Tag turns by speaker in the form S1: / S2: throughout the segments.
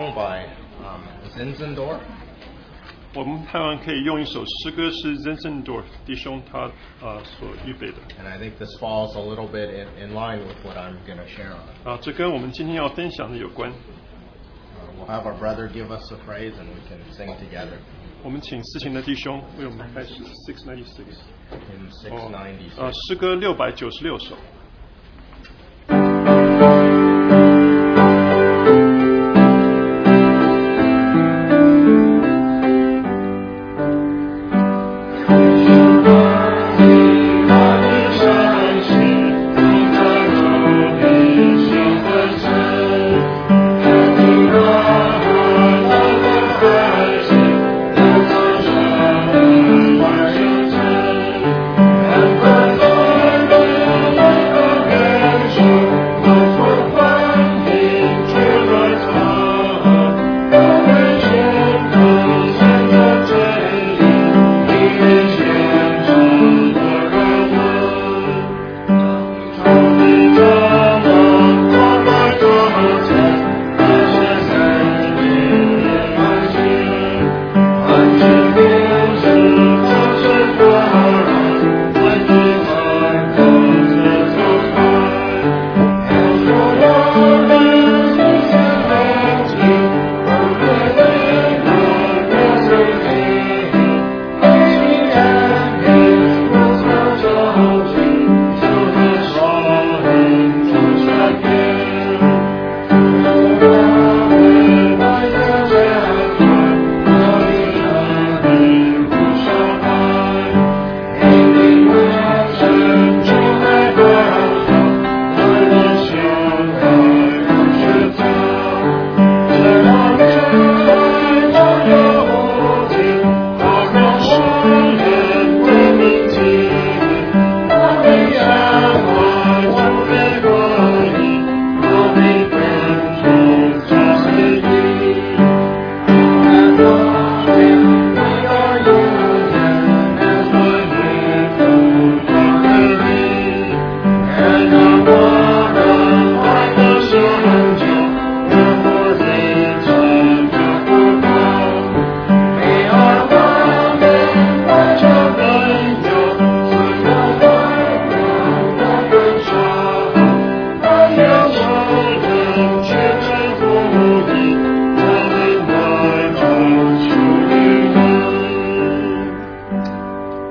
S1: song by um, Zinzendorf.
S2: 我们看完可以用一首诗歌，是 Zinzendorf 弟兄他啊、呃所预备的
S1: And I think this falls a little bit in, in line with what I'm going to share on.
S2: 啊、这跟我们今天要分享的有关。
S1: Uh, we'll have our brother give us a phrase and we can sing together.
S2: 我们请四琴的弟兄为我们开始 six ninety six
S1: Hymn 696.
S2: 呃诗歌六百九十六首。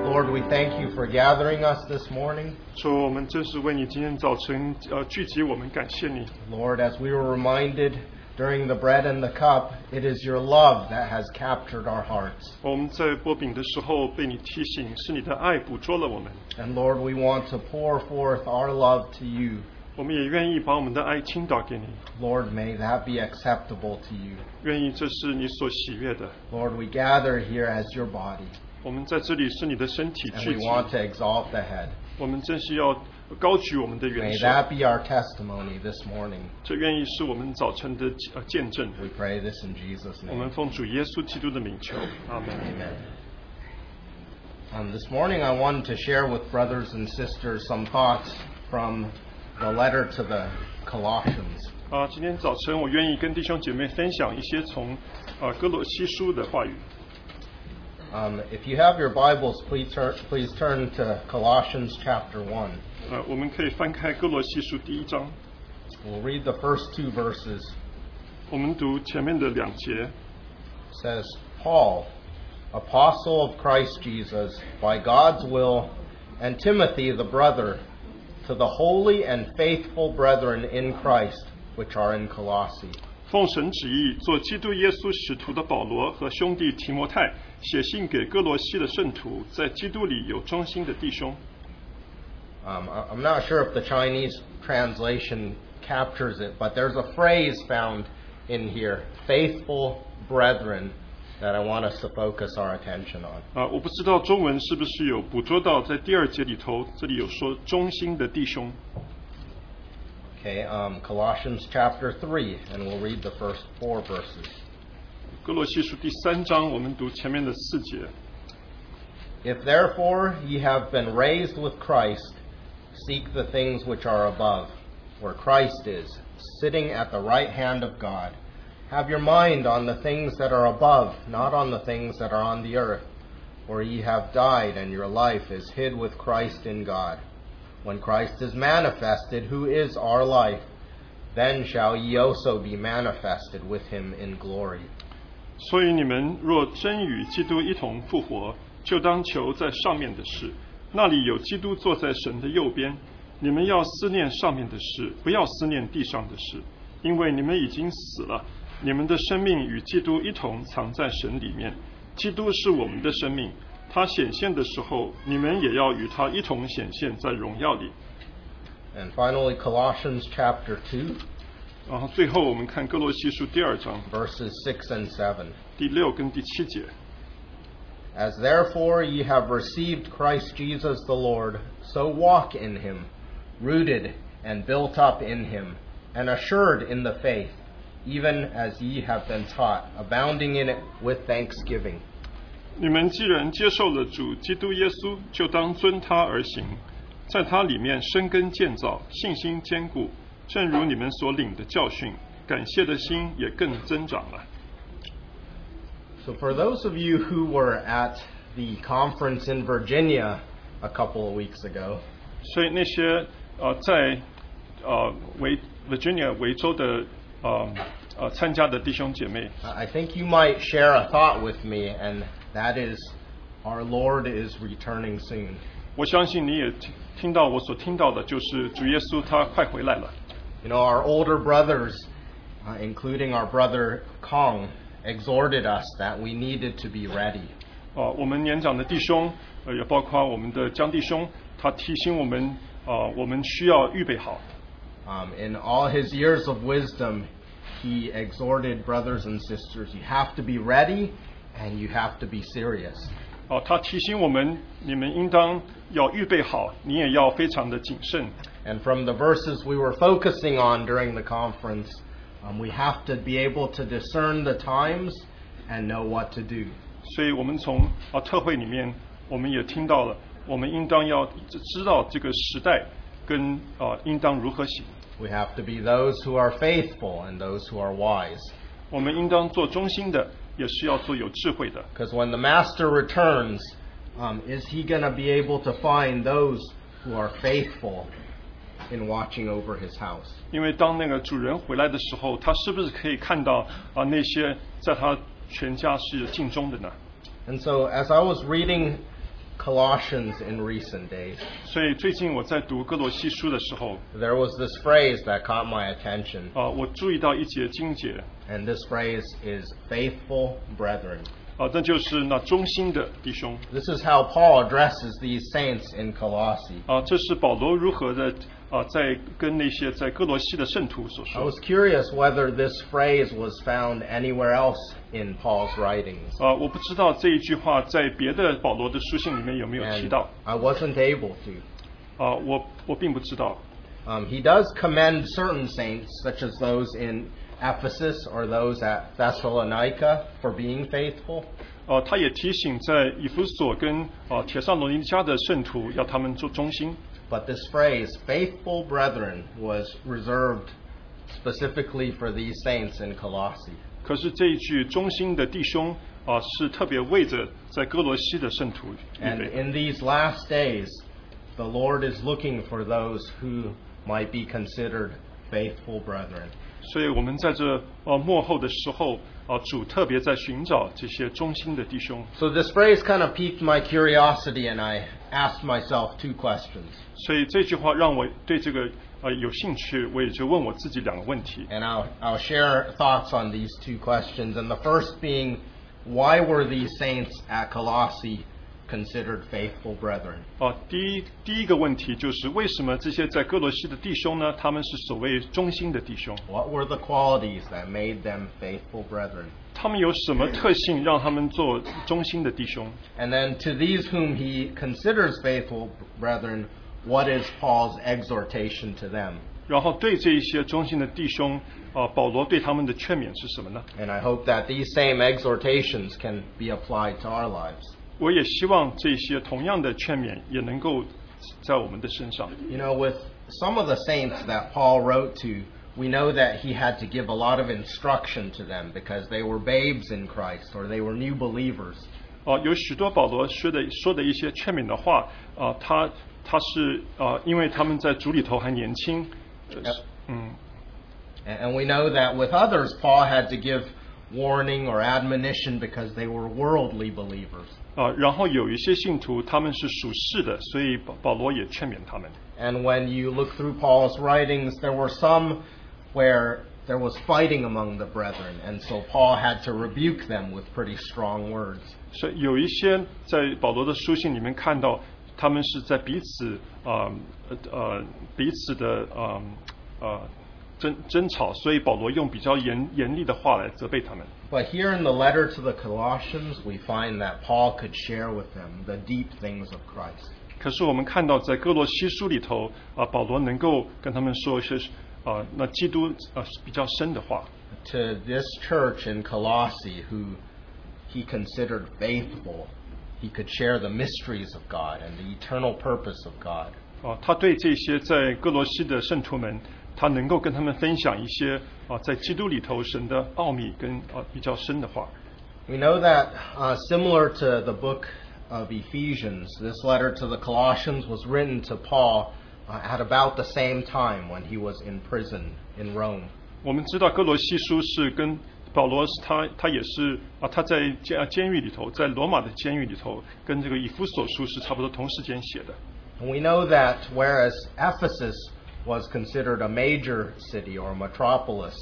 S1: Lord, we thank you for gathering us this morning.
S2: 说我们真是为你今天早晨呃聚集，我们感谢你。
S1: Lord, as we were reminded during the bread and the cup, it is your love that has captured our hearts.
S2: 我们在波饼的时候被你提醒，是你的爱捕捉了我们。
S1: And Lord, we want to pour forth our love to you.
S2: 我们也愿意把我们的爱倾倒给你，
S1: Lord, may that be acceptable to you.
S2: 愿意这是你所喜悦的。
S1: Lord, we gather here as your body,
S2: 我们在这里是你的身体
S1: and
S2: 聚
S1: we
S2: 集，
S1: want to exalt the head.
S2: 我们真是要高举我们的
S1: May
S2: 元首。
S1: that be our testimony this morning.
S2: 这愿意是我们早晨的呃见证。
S1: We pray this in Jesus'
S2: 我们
S1: name.
S2: 奉主耶稣基督的名求，阿门。
S1: Amen. Um, this morning, I wanted to share with brothers and sisters some thoughts from the letter to the Colossians.
S2: 啊，今天早晨我愿意跟弟兄姐妹分享一些从啊哥罗西书的话语。
S1: Um, if you have your Bibles, please, tur- please turn to Colossians chapter 1.
S2: 呃，我们可以翻开哥罗西书第一章，
S1: We'll read the first two verses.
S2: 我们读前面的两节。
S1: says, Paul, apostle of Christ Jesus, by God's will, and Timothy, the brother, to the holy and faithful brethren in Christ, which are in Colossae.
S2: 奉神旨意，做基督耶稣使徒的保罗和兄弟提摩太写信给哥罗西的圣徒，在基督里有忠心的弟兄。
S1: Um, I- I'm not sure if the Chinese translation captures it, but there's a phrase found in here faithful brethren that I want us to focus our attention on.
S2: 啊、我不知道中文是不是有捕捉到，在第二节里头，这里有说忠心的弟兄。
S1: Okay, um, Colossians chapter 3, and we'll read the first four verses.
S2: 哥罗西书第三章，我们读前面的四节。
S1: If therefore ye have been raised with Christ, seek the things which are above, where Christ is, sitting at the right hand of God.
S3: Have your mind on the things that are above, not on the things that are on the earth. For ye have died, and your life is hid with Christ in God. When Christ is manifested, who is our life, then shall ye also be manifested with him in glory.
S2: 所以你们若真与基督一同复活，就当求在上面的事，那里有基督坐在神的右边。你们要思念上面的事，不要思念地上的事，因为你们已经死了，你们的生命与基督一同藏在神里面。基督是我们的生命，他显现的时候，你们也要与他一同显现在荣耀里。
S3: And finally, Colossians chapter 2,
S2: 然后最后我们看哥罗西书第二章
S3: verses 6 and 7.
S2: 第六跟第七节。
S3: As therefore ye have received Christ Jesus the Lord, so walk in him, rooted and built up in him, and assured in the faith, even as ye have been taught, abounding in it with thanksgiving.
S2: 你们既然接受了主基督耶稣，就当遵他而行，在他里面生根建造，信心坚固，正如你们所领的教训，感谢的心也更增长了。
S3: So, for those of you who were at the conference in Virginia a couple of weeks ago,
S2: 所以那些呃在呃维 Virginia 维州的呃呃参加的弟兄姐妹，
S3: I I think you might share a thought with me, and that is our Lord is returning soon.
S2: 我相信你也听听到我所听到的，就是主耶稣他快回来了。
S3: You know, our older brothers, uh, including our brother Kong, exhorted us that we needed to be ready.
S2: 啊，我们年长的弟兄，呃，也包括我们的江弟兄，他提醒我们，啊、我们需要预备好。
S3: Um, in all his years of wisdom, he exhorted brothers and sisters you have to be ready and you have to be serious.
S2: 啊，他提醒我们，你们应当要预备好，你也要非常的谨慎。
S3: And from the verses we were focusing on during the conference, um, we have to be able to discern the times and know what to do.
S2: 所以，我们从啊特会里面，我们也听到了，我们应当要知知道这个时代跟啊、应当如何行。
S3: We have to be those who are faithful and those who are wise.
S2: 我们应当做忠心的，也是要做有智慧的。
S3: Because when the master returns, um, is he going to be able to find those who are faithful in watching over his house?
S2: 因为当那个主人回来的时候，他是不是可以看到啊那些在他全家是尽忠的呢？
S3: And so, as I was reading Colossians in recent days,
S2: 所以最近我在读哥罗西书的时候，
S3: there was this phrase that caught my attention.
S2: 啊，我注意到一节经节，
S3: And this phrase is faithful brethren.
S2: 啊，那就是那忠心的弟兄，
S3: This is how Paul addresses these saints in Colossae.
S2: 啊，这是保罗如何的啊，在跟那些在哥罗西的圣徒所
S3: I
S2: 说
S3: was。curious whether this phrase was found anywhere else in Paul's writings.
S2: 啊，我不知道这一句话在别的保罗的书信里面有没有提
S3: And
S2: 到，
S3: I wasn't able to.
S2: 啊，我我并不知道。
S3: Um, he does commend certain saints, such as those in Ephesus or those at Thessalonica, for being faithful.
S2: 呃，他也提醒在以弗所跟呃铁上罗尼加的圣徒要他们做忠心，
S3: But this phrase, faithful brethren, was reserved specifically for these saints in Colossae.
S2: 可是这一句忠心的弟兄啊、呃是特别为着在哥罗西的圣徒预
S3: And
S2: 备。
S3: in these last days, the Lord is looking for those who might be considered faithful brethren.
S2: 所以我们在这呃幕后的时候啊、呃主特别在寻找这些忠心的弟兄。
S3: So this phrase kind of piqued my curiosity, and I asked myself two questions.
S2: 所以这句话让我对这个呃有兴趣，我也就问我自己两个问题。
S3: And I'll, I'll share thoughts on these two questions. And the first being, why were these saints at Colossae considered faithful brethren?
S2: 啊，第一第一个问题就是为什么这些在哥罗西的弟兄呢，他们是所谓忠心的弟兄？
S3: What were the qualities that made them faithful brethren?
S2: 他们有什么特性让他们做忠心的弟兄？
S3: And then to these whom he considers faithful brethren, what is Paul's exhortation to them?
S2: 然后对这一些忠心的弟兄，啊、保罗对他们的劝勉是什么呢？
S3: And I hope that these same exhortations can be applied to our lives.
S2: 我也希望这些同样的劝勉也能够在我们的身上。
S3: You know, with some of the saints that Paul wrote to, we know that he had to give a lot of instruction to them because they were babes in Christ or they were new believers.
S2: 哦，有许多保罗说的说的一些劝勉的话啊、他他是啊、因为他们在主里头还年轻，呃
S3: Yep.
S2: 嗯，
S3: A- And we know that with others, Paul had to give warning or admonition because they were worldly believers.
S2: 啊，然后有一些信徒他们是属世的，所以保保罗也劝勉他们。
S3: And when you look through Paul's writings, there were some where there was fighting among the brethren, and so Paul had to rebuke them with pretty strong words.
S2: 所以有一些在保罗的书信里面看到，他们是在彼此啊呃呃彼此的啊呃争争吵，所以保罗用比较严严厉的话来责备他们。
S3: But here in the letter to the Colossians, we find that Paul could share with them the deep things of Christ.
S2: 可是我们看到，在哥罗西书里头啊，保罗能够跟他们说一些啊，那基督啊比较深的话
S3: To this church in Colossae, who he considered faithful, he could share the mysteries of God and the eternal purpose of God.
S2: 啊，他对这些在哥罗西的圣徒们，他能够跟他们分享一些啊，在基督里头神的奥秘跟啊比较深的话。
S3: We know that, uh, similar to the book of Ephesians, this letter to the Colossians was written to Paul uh, at about the same time when he was in prison in Rome.
S2: 我们知道哥罗西书是跟保罗是他他也是啊，他在监啊监狱里头，在罗马的监狱里头，跟这个以弗所书是差不多同时间写的。
S3: And we know that whereas Ephesus was considered a major city or metropolis,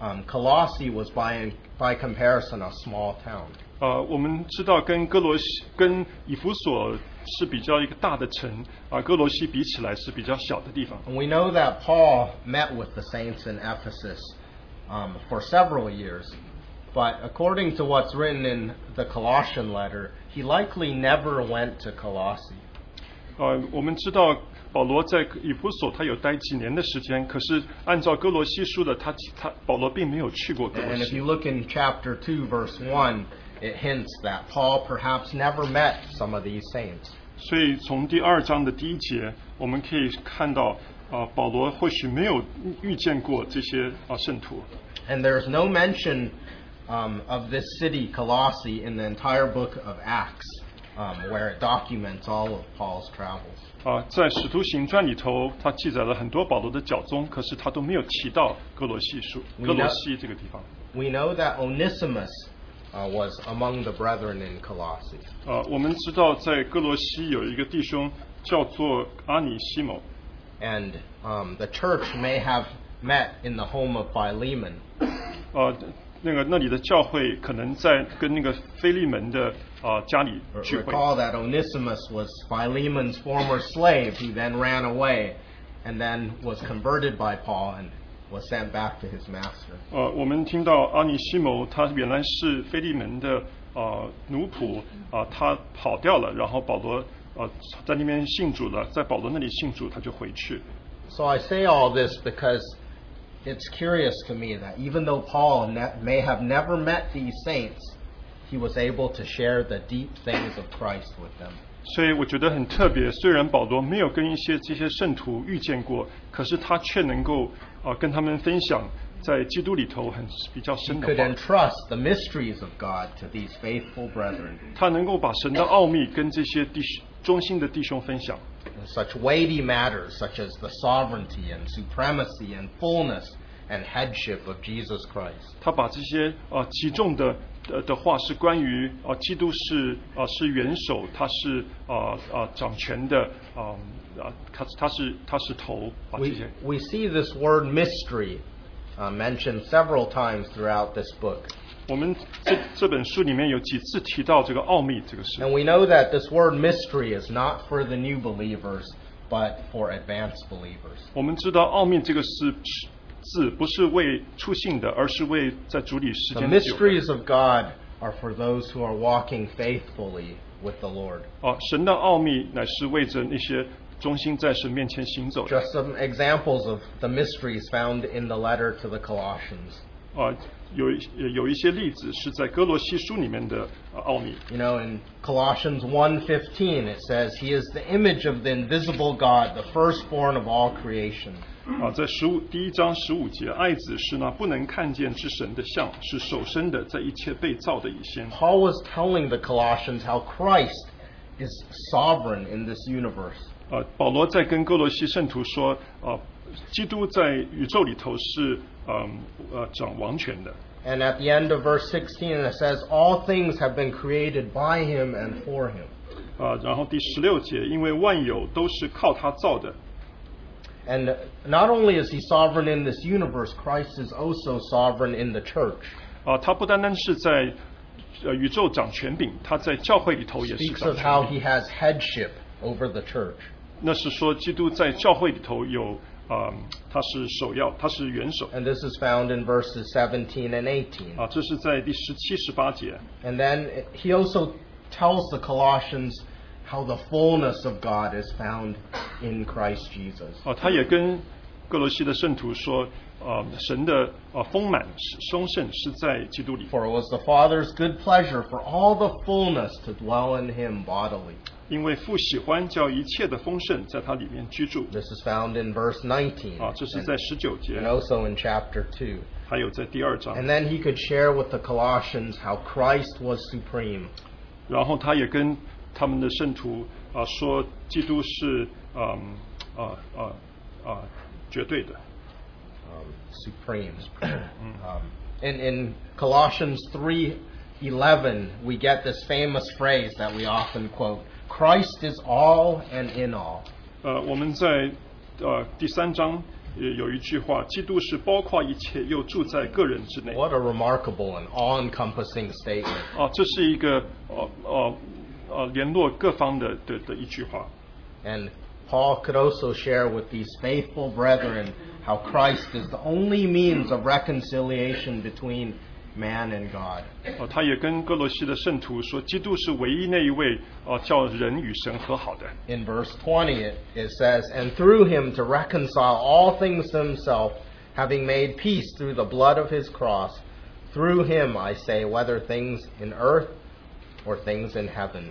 S3: um, Colossae was by, by comparison a small town.
S2: 啊，我们知道跟哥罗西跟以弗所是比较一个大的城啊，哥罗西比起来是比较小的地方。
S3: And we know that Paul met with the saints in Ephesus um, for several years, but according to what's written in the Colossian letter, he likely never went to Colossae.
S2: 呃，我们知道保罗在以弗所他有待几年的时间，可是按照哥罗西书的，他他保罗并没有去过哥罗
S3: And if
S2: 西
S3: you。look in chapter 2, verse 1, it hints that Paul perhaps never met some of these saints.
S2: 所以从第二章的第一节，我们可以看到，啊，保罗或许没有遇见过这些啊圣徒，
S3: And there's no mention um, of this city, Colossae, in the entire book of Acts, um, where it documents all of Paul's travels.
S2: 啊，在《使徒行传》里头，他记载了很多保罗的脚踪，可是他都没有提到哥罗西书、
S3: We
S2: 哥罗
S3: know-
S2: 西这个地方。
S3: We know that Onesimus uh, was among the brethren in Colossae.
S2: 啊，我们知道在哥罗西有一个弟兄叫做阿尼西某，
S3: And um, the church may have met in the home of Philemon.
S2: 啊，那个那里的教会可能在跟那个菲利门的啊家里
S3: R-
S2: 聚会。
S3: Recall that Onesimus was Philemon's former slave who then ran away and then was converted by Paul and was sent back to his master.
S2: 呃，我们听到阿尼西谋，他原来是菲利门的啊奴仆啊、他跑掉了，然后保罗啊在那边信主了，在保罗那里信主，他就回去。
S3: So I say all this because it's curious to me that even though Paul ne- may have never met these saints, he was able to share the deep things of Christ with them.
S2: 所以我觉得很特别，虽然保罗没有跟一些这些圣徒遇见过，可是他却能够啊、跟他们分享在基督里头很比较深
S3: He
S2: 的
S3: could
S2: 话，
S3: entrust the mysteries of God to these faithful brethren.
S2: 他能够把神的奥秘跟这些弟兄忠心的弟兄分享。
S3: in such weighty matters such as the sovereignty and supremacy and fullness and headship of Jesus Christ.
S2: 他把这些啊极重的呃的话是关于啊基督是啊是元首，他是啊啊掌权的啊啊他他是他是头，把这
S3: We,
S2: 些
S3: we see this word mystery uh, mentioned several times throughout this book.
S2: 我们这这本书里面有几次提到这个奥秘这个事
S3: And we know that this word mystery is not for the new believers, but for advanced believers.
S2: 我们知道奥秘这个是字不是为出信的，而是为在主里时
S3: The
S2: 间久的
S3: mysteries of God are for those who are walking faithfully with the Lord.
S2: 啊神的奥秘乃是为着那些忠心在神面前行走的。
S3: Just some examples of the mysteries found in the letter to the Colossians.
S2: 啊，有一有一些例子是在哥罗西书里面的、呃奥秘。
S3: You know, in Colossians 1:15 it says, "He is the image of the invisible God, the firstborn of all creation."
S2: 啊，在十五第一章十五节，爱子是那不能看见之神的像，是手生的，在一切被造的以先。
S3: Paul was telling the Colossians how Christ is sovereign in this universe.
S2: 啊，保罗在跟哥罗西圣徒说，啊，基督在宇宙里头是嗯呃掌王权的。
S3: And at the end of verse 16, it says, All things have been created by him and for him.
S2: 啊，然后第十六节，因为万有都是靠他造的，
S3: And not only is he sovereign in this universe, Christ is also sovereign in the church.
S2: 啊，他不单单是在呃宇宙掌权柄，他在教会里头也是
S3: Speaks
S2: 掌
S3: of
S2: 权
S3: how
S2: 柄。
S3: he has headship over the church.
S2: 那是说基督在教会里头有啊、他是首要，他是元首
S3: And this is found in verses 17 and 18.
S2: 啊，这是在第十七、十八节
S3: And then he also tells the Colossians how the fullness of God is found in Christ Jesus.
S2: 啊，他也跟各罗西的圣徒说，啊，神的啊丰满是丰盛是在基督里。
S3: For it was the Father's good pleasure for all the fullness to dwell in him bodily.
S2: 因为父喜欢叫一切的丰盛在它里面居住
S3: This is found in verse 19
S2: 啊，这是
S3: and,
S2: 在十九节
S3: and，also in chapter 2.
S2: 还有在第二章。
S3: And then he could share with the Colossians how Christ was supreme.
S2: 然后他也跟他们的圣徒啊说，基督是啊啊啊啊绝对的
S3: Um, supreme. um, in, in Colossians 3.11, we get this famous phrase that we often quote, Christ is all and in all.
S2: 呃，我们在呃第三章也有一句话，基督是包括一切，又住在个人之内。
S3: What a remarkable and all-encompassing statement.
S2: 啊，这是一个呃呃呃联络各方的的的一句话。
S3: And Paul could also share with these faithful brethren how Christ is the only means of reconciliation between man and God.
S2: 哦、他也跟哥罗西的圣徒说，基督是唯一那一位哦、叫人与神和好的。
S3: In verse 20, it, it says, And through him to reconcile all things to himself, having made peace through the blood of his cross. Through him, I say, whether things in earth or things in heaven.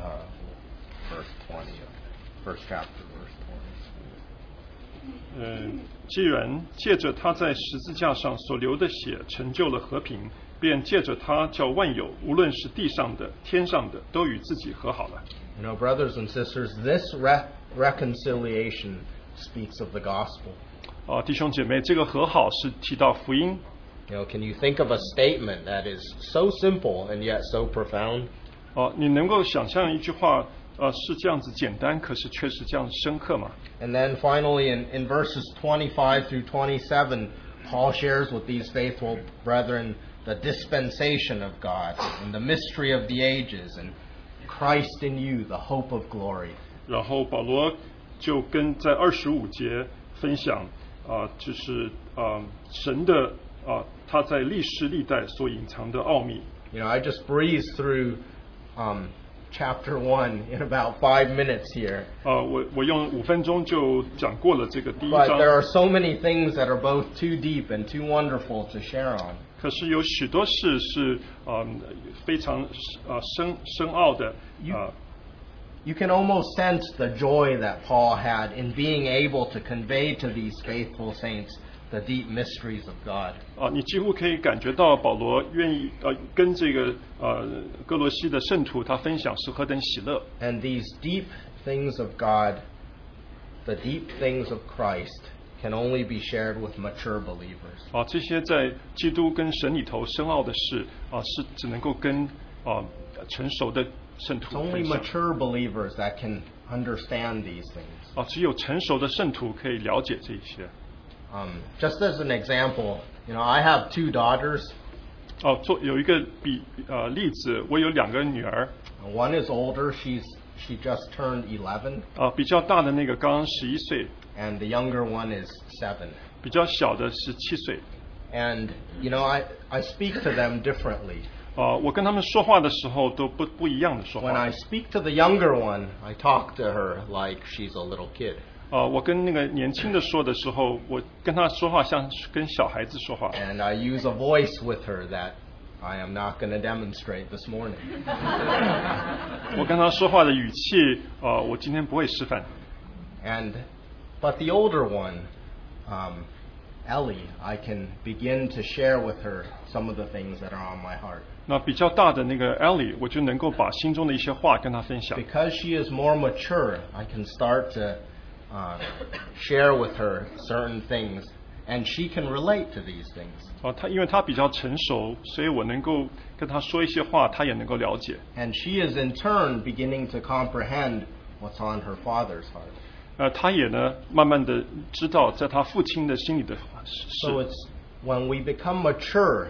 S3: Uh, verse 20, first chapter, verse 20.
S2: 呃，既然借着他在十字架上所流的血成就了和平，便借着他叫万有，无论是地上的、天上的，都与自己和好了。
S3: You know, brothers and sisters, this re- reconciliation speaks of the gospel.
S2: 啊，弟兄姐妹，这个和好是提到福音
S3: You know, can you think of a statement that is so simple and yet so profound?
S2: 哦，你能够想象一句话，呃，是这样子简单，可是却是这样深刻吗？
S3: And then finally, in, in verses 25 through 27, Paul shares with these faithful brethren the dispensation of God and the mystery of the ages and Christ in you, the hope of glory.
S2: 然后保罗就跟在二十五节分享啊、就是啊、神的啊、他在历世历代所隐藏的奥秘。
S3: You know, I just breezed through um, chapter 1 in about five minutes here.
S2: 啊，我我用五分钟就讲过了这个第一
S3: But
S2: 章，
S3: there are so many things that are both too deep and too wonderful to share on.
S2: 可是有许多事是啊、非常啊、深深奥的啊、
S3: You can almost sense the joy that Paul had in being able to convey to these faithful saints the deep mysteries of God.
S2: 啊，你几乎可以感觉到保罗愿意呃跟这个呃哥罗西的圣徒他分享是何等喜乐
S3: And these deep things of God, the deep things of Christ, can only be shared with mature believers.
S2: 啊！这些在基督跟神里头深奥的事啊，是只能够跟啊成熟的圣
S3: It's
S2: 徒
S3: only
S2: 分享
S3: mature believers that can understand these things.
S2: 啊，只有成熟的圣徒可以了解这一些。
S3: Um, just as an example, you know, I have two daughters.
S2: 哦、做有一个比呃例子，我有两个女儿，
S3: One is older; she's she just turned 11,
S2: 啊，比较大的那个刚刚十一岁，
S3: and the younger one is seven.
S2: 比较小的十七岁。
S3: And you know, I I speak to them differently.
S2: 啊，我跟他们说话的时候都不不一样的说
S3: When
S2: 话
S3: I。speak to the younger one, I talk to her like she's a little kid.
S2: 啊，我跟那个年轻的说的时候，我跟他说话像是跟小孩子说话。
S3: And I use a voice with her that I am not going to demonstrate this morning.
S2: 我跟他说话的语气，啊，我今天不会示范。
S3: And But the older one, um, Ellie, I can begin to share with her some of the things that are on my heart.
S2: 那比较大的那个 Ellie，我就能够把心中的一些话跟她分享。
S3: Because she is more mature, I can start to uh, share with her certain things, and she can relate to these things.
S2: 哦，她因为她比较成熟，所以我能够跟她说一些话，她也能够了解。
S3: And she is in turn beginning to comprehend what's on her father's heart.
S2: 呃，她也呢，慢慢的知道在她父亲的心里的事
S3: So it's when we become mature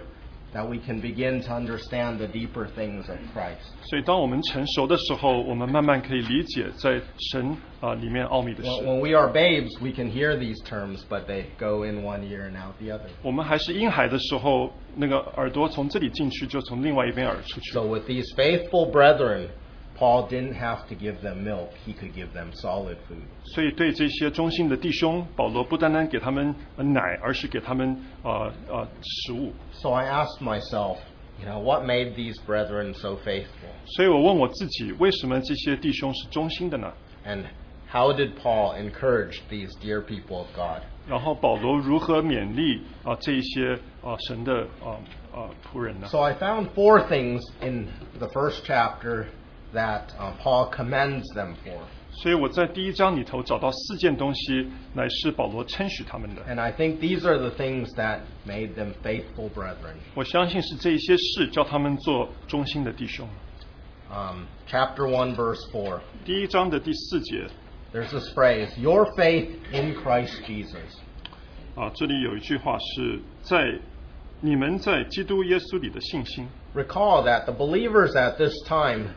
S3: that we can begin to understand the deeper things of Christ.
S2: 所以，当我们成熟的时候，我们慢慢可以理解在神啊、里面奥秘的
S3: When,
S2: 事。
S3: when we are babes, we can hear these terms, but they go in one ear and out the other.
S2: 我们还是婴孩的时候，那个耳朵从这里进去，就从另外一边耳出去。
S3: So with these faithful brethren, Paul didn't have to give them milk, he could give them solid food.
S2: 所以，对这些忠心的弟兄，保罗不单单给他们呃奶，而是给他们啊啊、呃食物。
S3: So I asked myself, you know, what made these brethren so faithful?
S2: 所以我问我自己，为什么这些弟兄是忠心的呢？
S3: And how did Paul encourage these dear people of God?
S2: 然后保罗如何勉励啊、这一些啊、神的啊啊、仆人呢？
S3: So I found four things in the first chapter that uh, Paul commends them for.
S2: 所以我在第一章里头找到四件东西，乃是保罗称许他们的。
S3: And I think these are the things that made them faithful brethren.
S2: 我相信是这一些事叫他们做忠心的弟兄。
S3: Um, chapter 1, verse 4.
S2: 第一章的第四节
S3: There's this phrase, your faith in Christ Jesus.
S2: 啊，这里有一句话是在你们在基督耶稣里的信心。
S3: Recall that the believers at this time,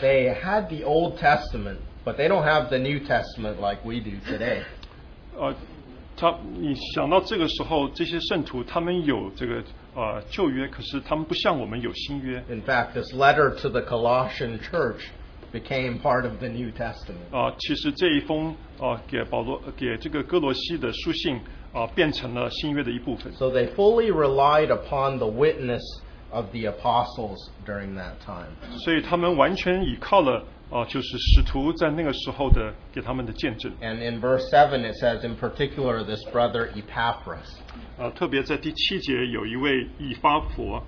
S3: they had the Old Testament, but they don't have the New Testament like we do today.
S2: 呃，他你想到这个时候，这些圣徒他们有这个呃旧约，可是他们不像我们有新约。
S3: In fact, this letter to the Colossian church became part of the New Testament.
S2: 啊、其实这一封啊、给保罗给这个哥罗西的书信啊、变成了新约的一部分。
S3: So they fully relied upon the witness of the apostles during that time.
S2: 所以他们完全倚靠了啊，就是使徒在那个时候的给他们的见证
S3: And in verse 7, it says, in particular, this brother Epaphras.
S2: 啊，特别在第七节有一位以发婆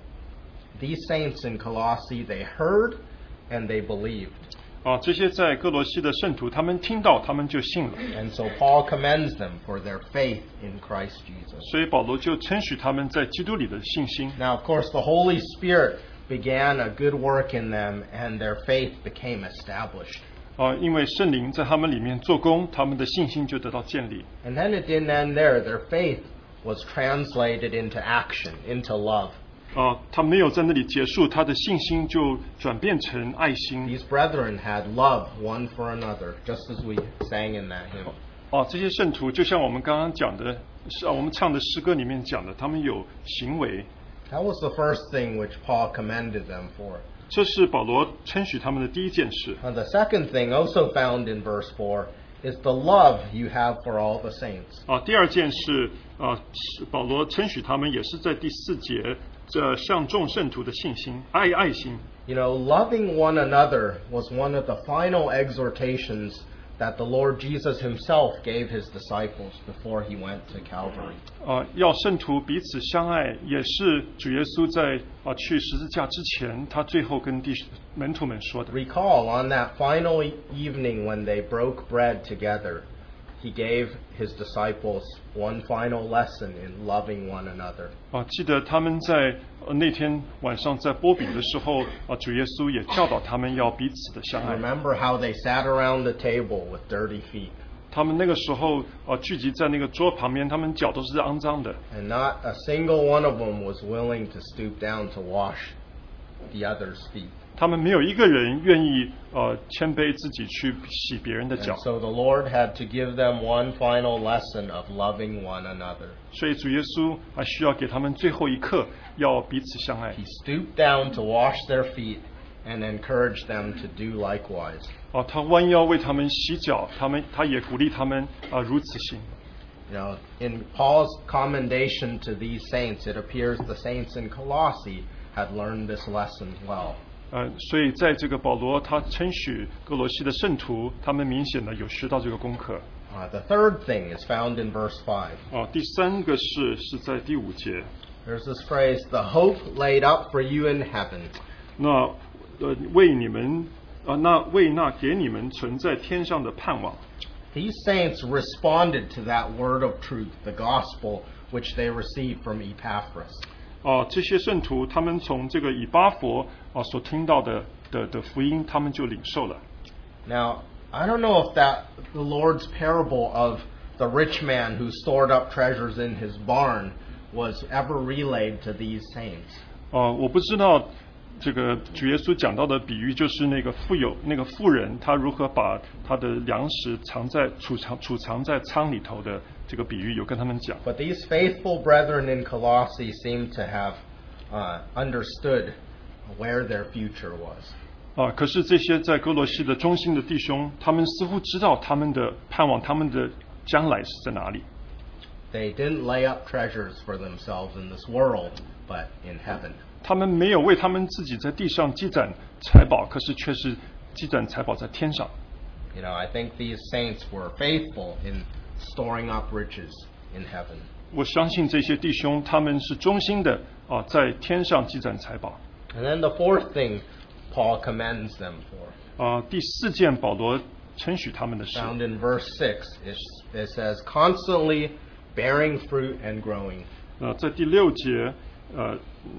S3: These saints in Colossae, they heard and they believed.
S2: 啊，这些在哥罗西的圣徒，他们听到他们就信了，
S3: And so Paul commends them for their faith in Christ Jesus.
S2: 所以保罗就称许他们在基督里的信心
S3: Now, of course, the Holy Spirit began a good work in them and their faith became established.
S2: 啊，因为圣灵在他们里面做工，他们的信心就得到建立
S3: And then it didn't end there. Their faith was translated into action, into love.
S2: 啊，他没有在那里结束，他的信心就转变成爱心
S3: These brethren had love one for another, just as we sang in that hymn.
S2: 哦，这些圣徒就像我们刚刚讲的，是啊，我们唱的诗歌里面讲的，他们有行为，
S3: That was the first thing which Paul commended them for.
S2: 这是保罗称许他们的第一件事。
S3: And the second thing, also found in verse 4, is the love you have for all the saints.
S2: 啊，第二件事啊，是保罗称许他们也是在第四节，这向众圣徒的信心、爱爱心
S3: You know, loving one another was one of the final exhortations that the Lord Jesus himself gave his disciples before he went to Calvary.
S2: 啊，要圣徒彼此相爱，也是主耶稣在啊去十字架之前，他最后跟弟兄门徒们说的。
S3: Recall on that final e- evening when they broke bread together, he gave his disciples one final lesson in loving one another.
S2: 啊，记得他们在、呃、那天晚上在波饼的时候，啊，主耶稣也教导他们要彼此的相爱。
S3: Remember how they sat around the table with dirty feet
S2: 他们那个时候啊，聚集在那个桌旁边，他们脚都是肮脏的，
S3: and not a single one of them was willing to stoop down to wash the other's feet.
S2: 他们没有一个人愿意呃谦卑自己去洗别人的脚
S3: And，so 嗯 the Lord had to give them one final lesson of loving one another.
S2: 所以主耶稣还需要给他们最后一课，要彼此相爱
S3: He stooped down to wash their feet and encouraged them to do likewise.
S2: 啊，他弯腰为他们洗脚，他们他也鼓励他们啊如此行
S3: You know, in Paul's commendation to these saints, it appears the saints in Colossae had learned this lesson well.
S2: 呃，所以在这个保罗他称许哥罗西的圣徒，他们明显的有学到这个功课。
S3: Uh, the third thing is found in verse 5.
S2: 啊，第三个是是在第五节，
S3: There's this phrase, the hope laid up for you in heaven.
S2: 那呃为你们啊那为那给你们存在天上的盼望。
S3: These saints responded to that word of truth, the gospel, which they received from Epaphras.
S2: 啊，这些圣徒他们从这个以巴佛啊所听到的的的福音，他们就领受了。
S3: Now, I don't know if that the Lord's parable of the rich man who stored up treasures in his barn was ever relayed to these saints.
S2: 哦，我不知道这个主耶稣讲到的比喻，就是那个富有那个富人，他如何把他的粮食藏在储藏储藏在仓里头的这个比喻，有跟他们讲。
S3: But these faithful brethren in Colossae seem to have uh, understood where their future was.
S2: 啊，可是这些在哥罗西的中心的弟兄，他们似乎知道他们的盼望，他们的将来是在哪里。
S3: They didn't lay up treasures for themselves in this world, but in heaven.
S2: 他们没有为他们自己在地上积攒财宝，可是却是积攒财宝在天上。
S3: You know, I think these saints were faithful in storing up riches in heaven.
S2: 我相信这些弟兄他们是忠心的啊，在天上积攒财宝。
S3: And then the fourth thing Paul commends them for.
S2: 啊，第四件保罗称许他们的事
S3: found in verse 6. It, it says, constantly bearing fruit and growing.
S2: 呃，在第六节，呃，嗯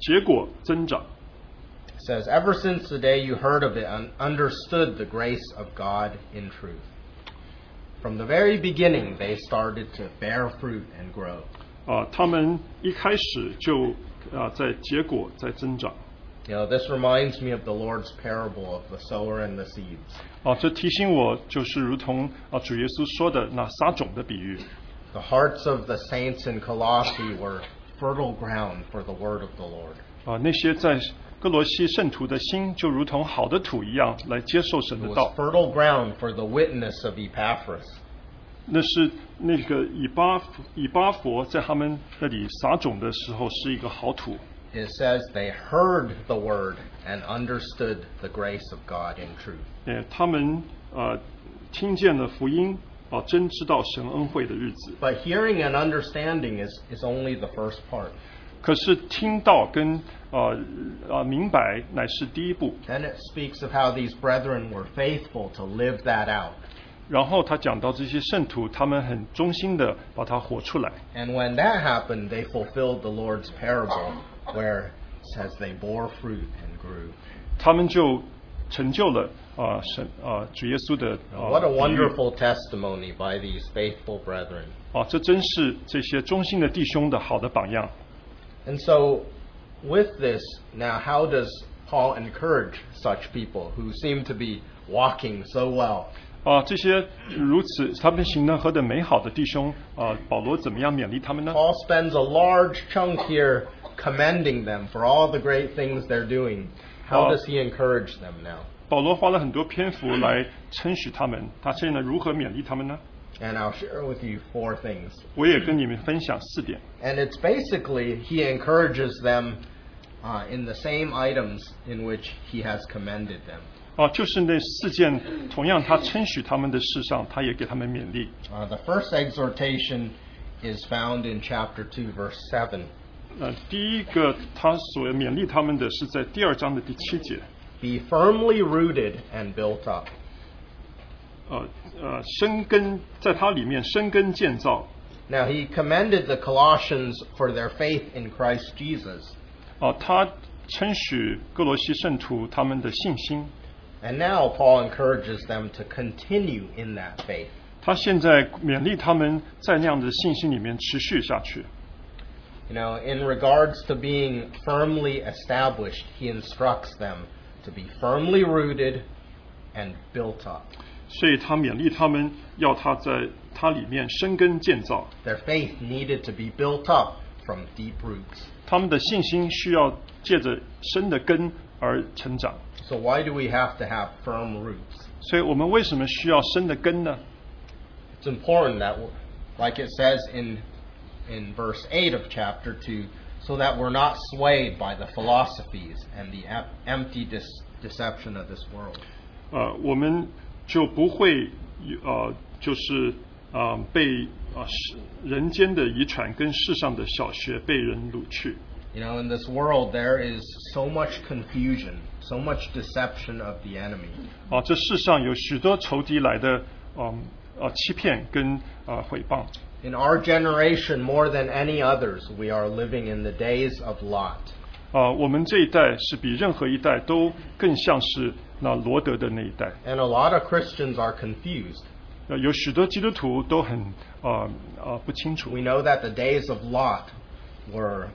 S2: 结果增长
S3: It says, ever since the day you heard of it and understood the grace of God in truth. From the very beginning, they started to bear fruit and grow.
S2: 啊、他们一开始就啊、在结果在增长
S3: You know, this reminds me of the Lord's parable of the sower and the seeds.
S2: 啊、这提醒我就是如同啊、主耶稣说的那撒种的比喻
S3: The hearts of the saints in Colossae were fertile ground for the word of the Lord.
S2: 啊、那些在哥罗西圣徒的心就如同好的土一样来接受神
S3: It
S2: 的
S3: was
S2: 道，
S3: fertile ground for the witness of Epaphras.
S2: 那是那个以巴以巴佛在他们那里撒种的时候是一个好土。
S3: It says they heard the word and understood the grace of God in truth.
S2: 呃，他们呃听见了福音，啊、真知道神恩惠的日子。
S3: But hearing and understanding is, is only the first part.
S2: 可是听到跟呃呃明白乃是第一步，
S3: Then it speaks of how these brethren were faithful to live that out.
S2: 然后他讲到这些圣徒，他们很忠心的把它活出来。
S3: And when that happened, they fulfilled the Lord's parable where it says they bore fruit and grew.
S2: 他们就成就了啊、呃神啊、呃主耶稣的啊、
S3: What a
S2: 比喻
S3: wonderful testimony by these faithful brethren.
S2: 啊！这真是这些忠心的弟兄的好的榜样。
S3: And so, with this, now how does Paul encourage such people who seem to be walking so well?
S2: 啊，这些如此他们行了何等美好的弟兄啊！保罗怎么样勉励他们呢？
S3: Paul spends a large chunk here commending them for all the great things they're doing. How
S2: Well-
S3: does he encourage them now?
S2: 保罗花了很多篇幅来称许他们，他现在如何勉励他们呢？
S3: And I'll share with you four things.
S2: 我也跟你们分享四点。
S3: And it's basically he encourages them uh, in the same items in which he has commended them.
S2: 啊，就是那四件，同样他称许他们的事上，他也给他们勉励。
S3: Uh, the first exhortation is found in chapter 2, verse 7.
S2: 呃，第一个他所勉励他们的是在第二章的第七节，
S3: Be firmly rooted and built up.
S2: 呃呃，生根在它里面生根建造。
S3: Now, he commended the Colossians for their faith in Christ Jesus.
S2: 啊，他称许哥罗西圣徒他们的信心。
S3: And now Paul encourages them to continue in that faith.
S2: 他现在勉励他们在那样的信心里面持续下去。
S3: You know, in regards to being firmly established, he instructs them to be firmly rooted and built up.
S2: 所以他勉励他们要他在它里面生根建造，
S3: Their faith needed to be built up from deep roots.
S2: 他们的信心需要借着生的根而成长。
S3: So, why do we have to have firm roots?
S2: 所以我们为什么需要生的根呢？
S3: It's important that, we're- like it says in, in verse 8 of chapter 2, so that we're not swayed by the philosophies and the em- empty
S2: 呃
S3: dis- deception of this world.
S2: 呃，我们就不会有呃就是啊、被啊世人间的遗传跟世上的小学被人掳去。
S3: You know, in this world, there is so much confusion, so much deception of the enemy.
S2: 啊，这世上有许多仇敌来的，嗯，啊，欺骗跟啊毁谤。
S3: In our generation, more than any others, we are living in the days of Lot.
S2: 啊，我们这一代是比任何一代都更像是那罗德的那一代。
S3: And a lot of Christians are confused.
S2: 呃，有许多基督徒都很啊啊不清楚
S3: We。know that the days of Lot were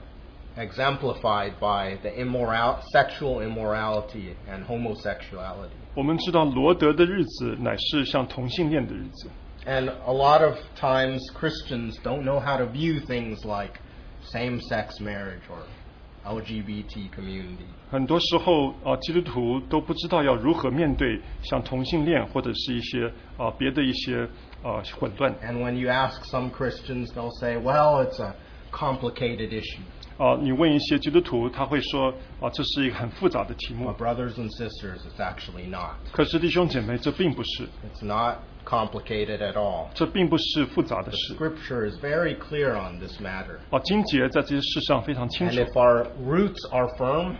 S3: exemplified by the immoral, sexual immorality and homosexuality.
S2: 我们知道罗德的日子乃是像同性恋的日子。
S3: And a lot of times Christians don't know how to view things like same sex marriage or LGBT community.
S2: 很多时候啊、基督徒都不知道要如何面对像同性恋或者是一些啊、别的一些啊、混乱
S3: And when you ask some Christians, they'll say, well, it's a complicated issue.
S2: 啊、你问一些基督徒，他会说啊、这是一个很复杂的题目
S3: Well,。brothers and sisters, it's actually not.
S2: 可是弟兄姐妹，这并不是，
S3: It's not complicated at all.
S2: 这并不是复杂的
S3: The
S2: 事。
S3: scripture is very clear on this matter.
S2: 啊，金节在这些事上非常清
S3: And
S2: 楚。
S3: if our roots are firm,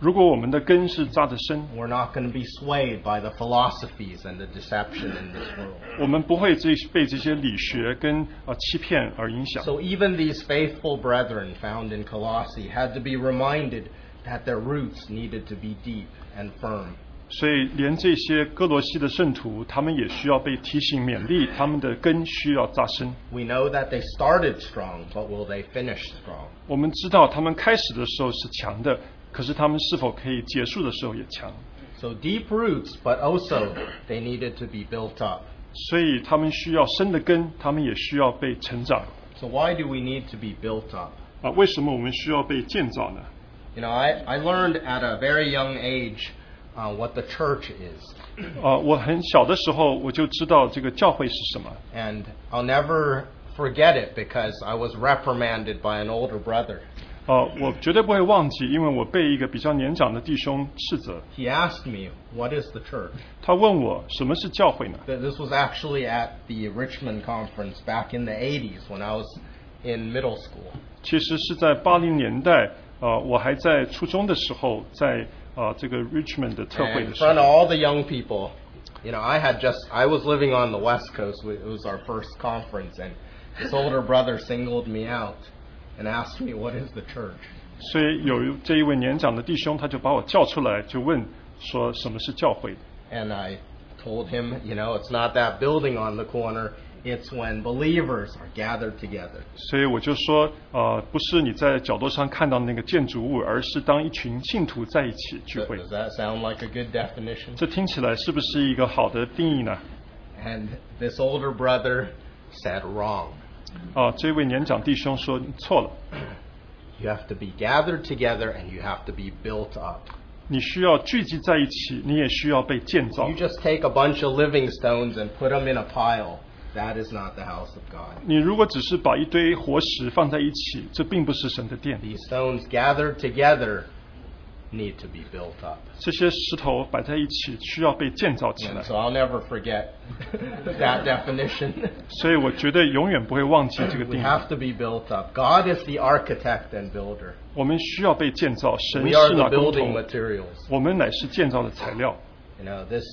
S2: 如果我们的根是扎得深，
S3: we're not going to be swayed by the philosophies and the deception in this world.
S2: 我们不会这被这些理学跟啊欺骗而影响。
S3: So even these faithful brethren found in Colossae had to be reminded that their roots needed to be deep and firm.
S2: 所以，连这些哥罗西的圣徒，他们也需要被提醒勉励，他们的根需要扎深。
S3: We know that they started strong, but will they finish strong?
S2: 我们知道他们开始的时候是强的，可是他们是否可以结束的时候也强？
S3: So deep roots, but also they needed to be built up.
S2: 所以他们需要深的根，他们也需要被成长。
S3: So why do we need to be built up?
S2: 啊，为什么我们需要被建造呢？
S3: You know, I, I learned at a very young age uh, what the church is.
S2: 啊，我很小的时候我就知道这个教会是什么，
S3: And I'll never forget it because I was reprimanded by an older brother.
S2: 啊，我绝对不会忘记，因为我被一个比较年长的弟兄斥责，
S3: He asked me, What is the church?
S2: 他问我什么是教会呢？
S3: Th- This was actually at the Richmond conference back in the 80s when I was in middle school.
S2: 其实是在八零年代，呃，我还在初中的时候，在呃这个 Richmond 的特会
S3: And
S2: 的
S3: in
S2: 时
S3: front of all
S2: 候，
S3: the young people, you know, I had just, I was living on the West Coast. We- It was our first conference. And this older brother singled me out and asked me, What is the church?
S2: 所以有一这一位年长的弟兄，他就把我叫出来，就问说什么是教会。
S3: And I told him, You know, it's not that building on the corner, it's when believers are gathered together.
S2: 所以我就说，呃，不是你在角落上看到那个建筑物，而是当一群信徒在一起聚
S3: Th-
S2: 会。
S3: Does that sound like a good definition?
S2: 这听起来是不是一个好的定义呢？
S3: And this older brother said, Wrong.
S2: 啊、这位年长弟兄说你错了，
S3: You have to be gathered together and you have to be built up.
S2: 你需要聚集在一起，你也需要被建造
S3: You。just take a bunch of living stones and put them in a pile. That is not the house of God.
S2: 你如果只是把一堆活石放在一起，这并不是神的殿。
S3: These stones gathered together need to be built up.
S2: 这些石头摆在一起，需要被建造起
S3: And。
S2: 来
S3: so I'll never forget that definition.
S2: 所以我觉得永远不会忘记这个
S3: We
S2: 定义。
S3: have to be built up. God is the architect and builder.
S2: 我们需要被建造，神
S3: We
S2: 是
S3: are the
S2: 那工
S3: building
S2: 头，
S3: materials.
S2: 我们乃是建造的材料。
S3: You know, this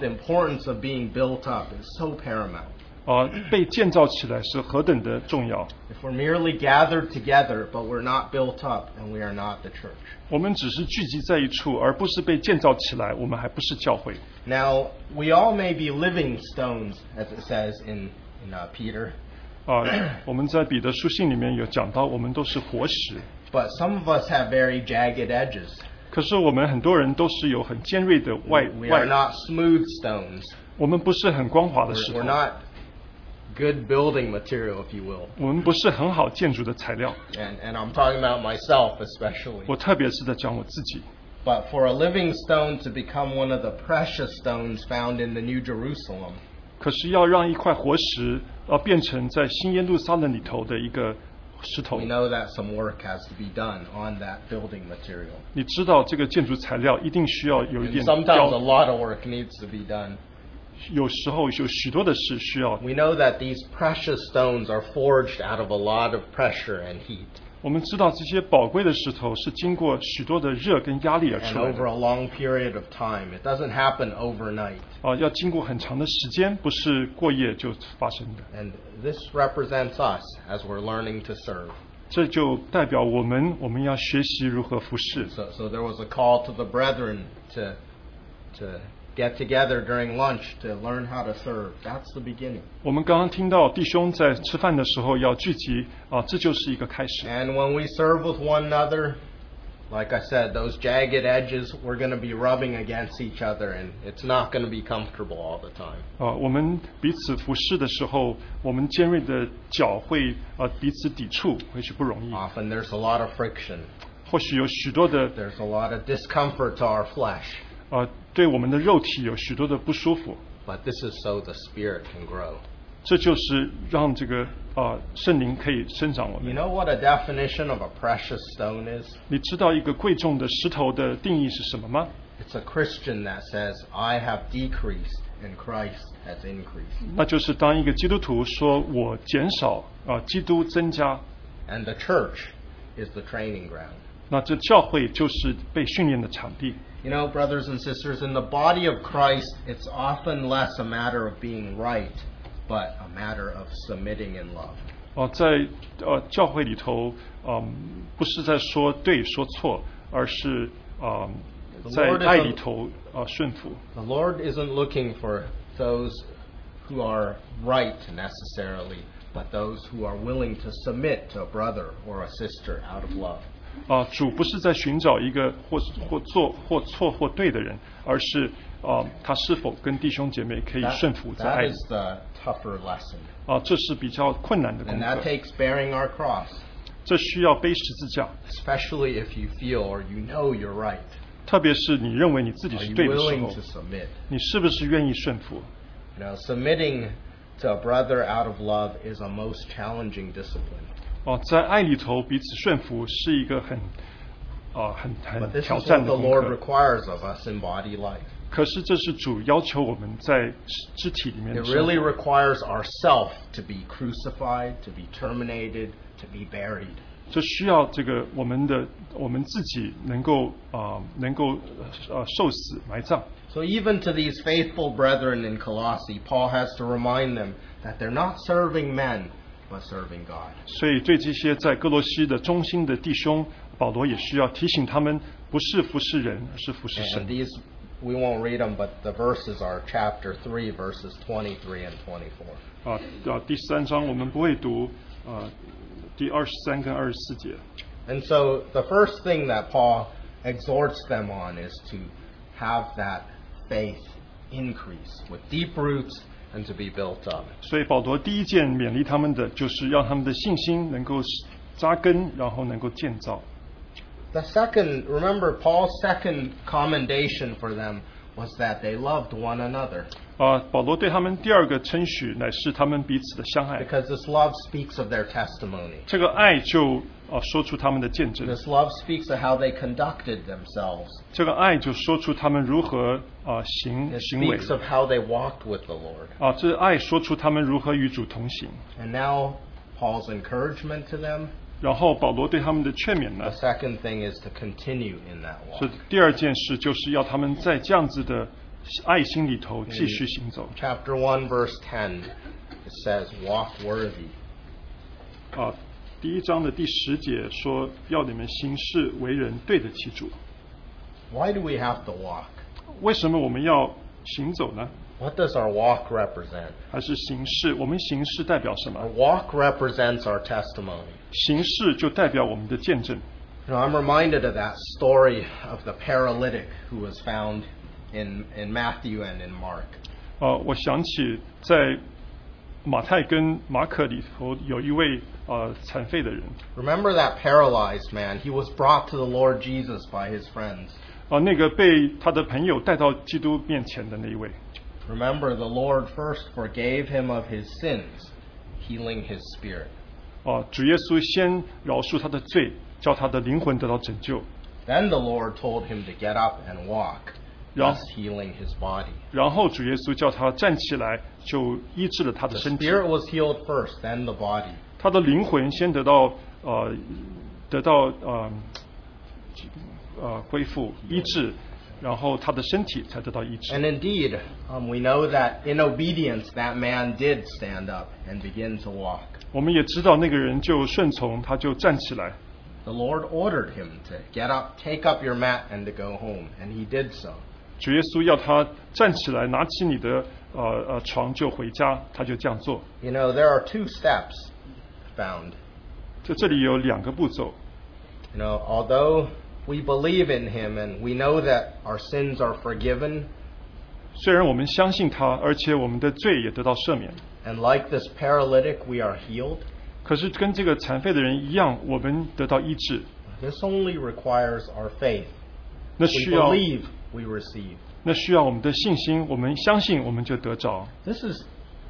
S3: the importance of being built up is so paramount.
S2: 啊、被建造起来是何等的重要！
S3: If we're merely gathered together, but we're not built up, and we are not the church.
S2: 我们只是聚集在一处，而不是被建造起来。我们还不是教会。
S3: Now, we all may be living stones, as it says in, in uh, Peter,
S2: 啊、我们在彼得书信里面有讲到，我们都是活石，
S3: but some of us have very jagged edges.
S2: 可是我们很多人都是有很尖锐的外
S3: We are
S2: 外
S3: not smooth stones.
S2: 我们不是很光滑的
S3: We're,
S2: 石头
S3: we're，not good building material, if you will.
S2: 我们不是很好建筑的材料。
S3: And, and I'm talking about myself especially.
S2: 我特别是在讲我自己。
S3: But for a living stone to become one of the precious stones found in the New Jerusalem,
S2: 可是要让一块活石呃变成在新耶路撒冷里头的一个石头
S3: we，know that some work has to be done on that building material.
S2: 你知道这个建筑材料一定需要有一
S3: And
S2: 点
S3: sometimes a
S2: 雕
S3: lot of work needs to be done.
S2: 有时候有许多的事需要。
S3: We know that these precious stones are forged out of a lot of pressure and heat.
S2: 我们知道这些宝贵的石头是经过许多的热跟压力而
S3: and
S2: 出来的
S3: over a long period of time. It doesn't happen overnight.
S2: 啊，要经过很长的时间，不是过夜就发生的。
S3: And this represents us as we're learning to serve.
S2: 这就代表我们我们要学习如何服侍。
S3: So, so there was a call to the brethren to, to get together during lunch to learn how to serve. That's the beginning.
S2: 我们刚刚听到弟兄在吃饭的时候要聚集啊，这就是一个开始。
S3: And when we serve with one another, like I said, those jagged edges, we're going to be rubbing against each other, and it's not going to be comfortable all the time.
S2: 啊，我们彼此服侍的时候，我们尖锐的角会啊彼此抵触，也许不容易。
S3: Often there's a lot of friction,
S2: 或许有许多的
S3: there's a lot of discomfort to our flesh.
S2: 啊，对我们的肉体有许多的不舒服。
S3: But this is so the spirit can grow.
S2: 这就是让这个啊圣灵可以生长我
S3: You
S2: 们。
S3: know what a definition of a precious stone is?
S2: 你知道一个贵重的石头的定义是什么吗？
S3: It's a Christian that says, I have decreased and Christ has increased.
S2: 那就是当一个基督徒说我减少啊，基督增加，
S3: And the church is the training ground.
S2: 那这教会就是被训练的场地。
S3: You know, brothers and sisters, in the body of Christ, it's often less a matter of being right, but a matter of submitting in love.
S2: 啊，在呃教会里头，嗯，不是在说对说错，而是啊、在
S3: Lord is
S2: 爱
S3: a-
S2: 里头啊、顺服。
S3: The Lord isn't looking for those who are right necessarily, but those who are willing to submit to a brother or a sister out of love.
S2: 啊，主不是在寻找一个或或做或错或对的人，而是啊、他是否跟弟兄姐妹可以
S3: That-
S2: 顺服在爱
S3: that
S2: 里
S3: is the tougher lesson.
S2: 啊，这是比较困难的功
S3: And that
S2: 课，
S3: takes bearing our cross,
S2: 这需要背十字架，
S3: especially if you feel or you know you're right.
S2: 特别是你认为你自己
S3: Are
S2: 是
S3: you
S2: 对的时
S3: willing
S2: 候
S3: to，submit?
S2: 你是不是愿意顺服？
S3: You know, submitting to a brother out of love is a most challenging discipline.
S2: 哦、在爱里头彼此顺服是一个很啊、很
S3: But
S2: 很
S3: this
S2: 挑
S3: is
S2: 战
S3: what
S2: 的
S3: the
S2: 功
S3: Lord
S2: 课。
S3: requires of us in body life.
S2: 可是这是主要求我们在肢体里面
S3: It
S2: 的生活
S3: really requires ourself to be crucified, to be terminated, to be buried.
S2: 这需要这个我们的我们自己能够啊、能够呃受死埋葬。
S3: So even to these faithful brethren in Colossae, Paul has to remind them that they're not serving men, but serving God.
S2: 所以对这些在哥罗西的中心的弟兄，保罗也需要提醒他们，不是服侍人，而是服侍
S3: And
S2: 神。
S3: these, we won't read them, but the verses are chapter 3, verses 23 and 24.
S2: 啊啊，第三章我们不会读啊，第二十三跟二十四节。
S3: And so the first thing that Paul exhorts them on is to have that faith increase with deep roots and to be built up.
S2: 所以保罗第一件勉励他们的，就是让他们的信心能够扎根，然后能够建造。
S3: The second, remember, Paul's second commendation for them was that they loved one another
S2: 啊，保罗对他们第二个称许乃是他们彼此的相爱。
S3: because this love speaks of their testimony.
S2: 这个爱就啊说出他们的见证，
S3: This love speaks of how they conducted themselves.
S2: 这个爱就说出他们如何啊行
S3: It
S2: 行为
S3: speaks of how they walked with the Lord.
S2: 啊，这爱说出他们如何与主同行。
S3: And now Paul's encouragement to them.
S2: 然后保罗对他们的劝勉
S3: The
S2: 呢，
S3: second thing is to continue in that
S2: 是
S3: walk.
S2: 第二件事，就是要他们在这样子的爱心里头继续行走
S3: Chapter 1, verse 10, it says, Walk worthy.
S2: 啊。第一章的第十节说，要你们行事为人对得起主。
S3: Why do we have to walk?
S2: 为什么我们要行走呢？
S3: What does our walk represent?
S2: 还是行事？我们行事代表什
S3: Our
S2: 么？
S3: walk represents our testimony.
S2: 行事就代表我们的见证。
S3: You know, I'm reminded of that story of the paralytic who was found in, in Matthew and in Mark.
S2: 呃，我想起在马太跟马可里头有一位呃残废的人，
S3: Remember that paralyzed man? He was brought to the Lord Jesus by his friends.
S2: 啊、那个被他的朋友带到基督面前的那一位，
S3: Remember, the Lord first forgave him of his sins, healing his spirit.
S2: 啊、主耶稣先饶恕他的罪，叫他的灵魂得到拯救，
S3: Then the Lord told him to get up and walk,
S2: 然
S3: thus healing his body.
S2: 然后主耶稣叫他站起来，就医治了他的
S3: The
S2: 身体。
S3: spirit was healed first, then the body.
S2: 他的灵魂先得到呃得到呃呃恢复医治，然后他的身体才得到医治。
S3: And indeed, um, we know that in obedience, that man did stand up and begin to walk.
S2: 我们也知道那个人就顺从，他就站起来。
S3: The Lord ordered him to get up, take up your mat, and to go home, and he did so.
S2: 主耶稣要他站起来，拿起你的呃呃床就回家，他就这样做。
S3: You know, there are two steps found.
S2: 在这里有两个步骤，
S3: You know, although we believe in him and we know that our sins are forgiven,
S2: 虽然我们相信他，而且我们的罪也得到赦免，
S3: and like this paralytic, we are healed,
S2: 可是跟这个残废的人一样，我们得到医治。
S3: this only requires our faith.
S2: 那
S3: We
S2: 需要
S3: believe we receive.
S2: 那需要我们的信心，我们相信我们就得着。
S3: This is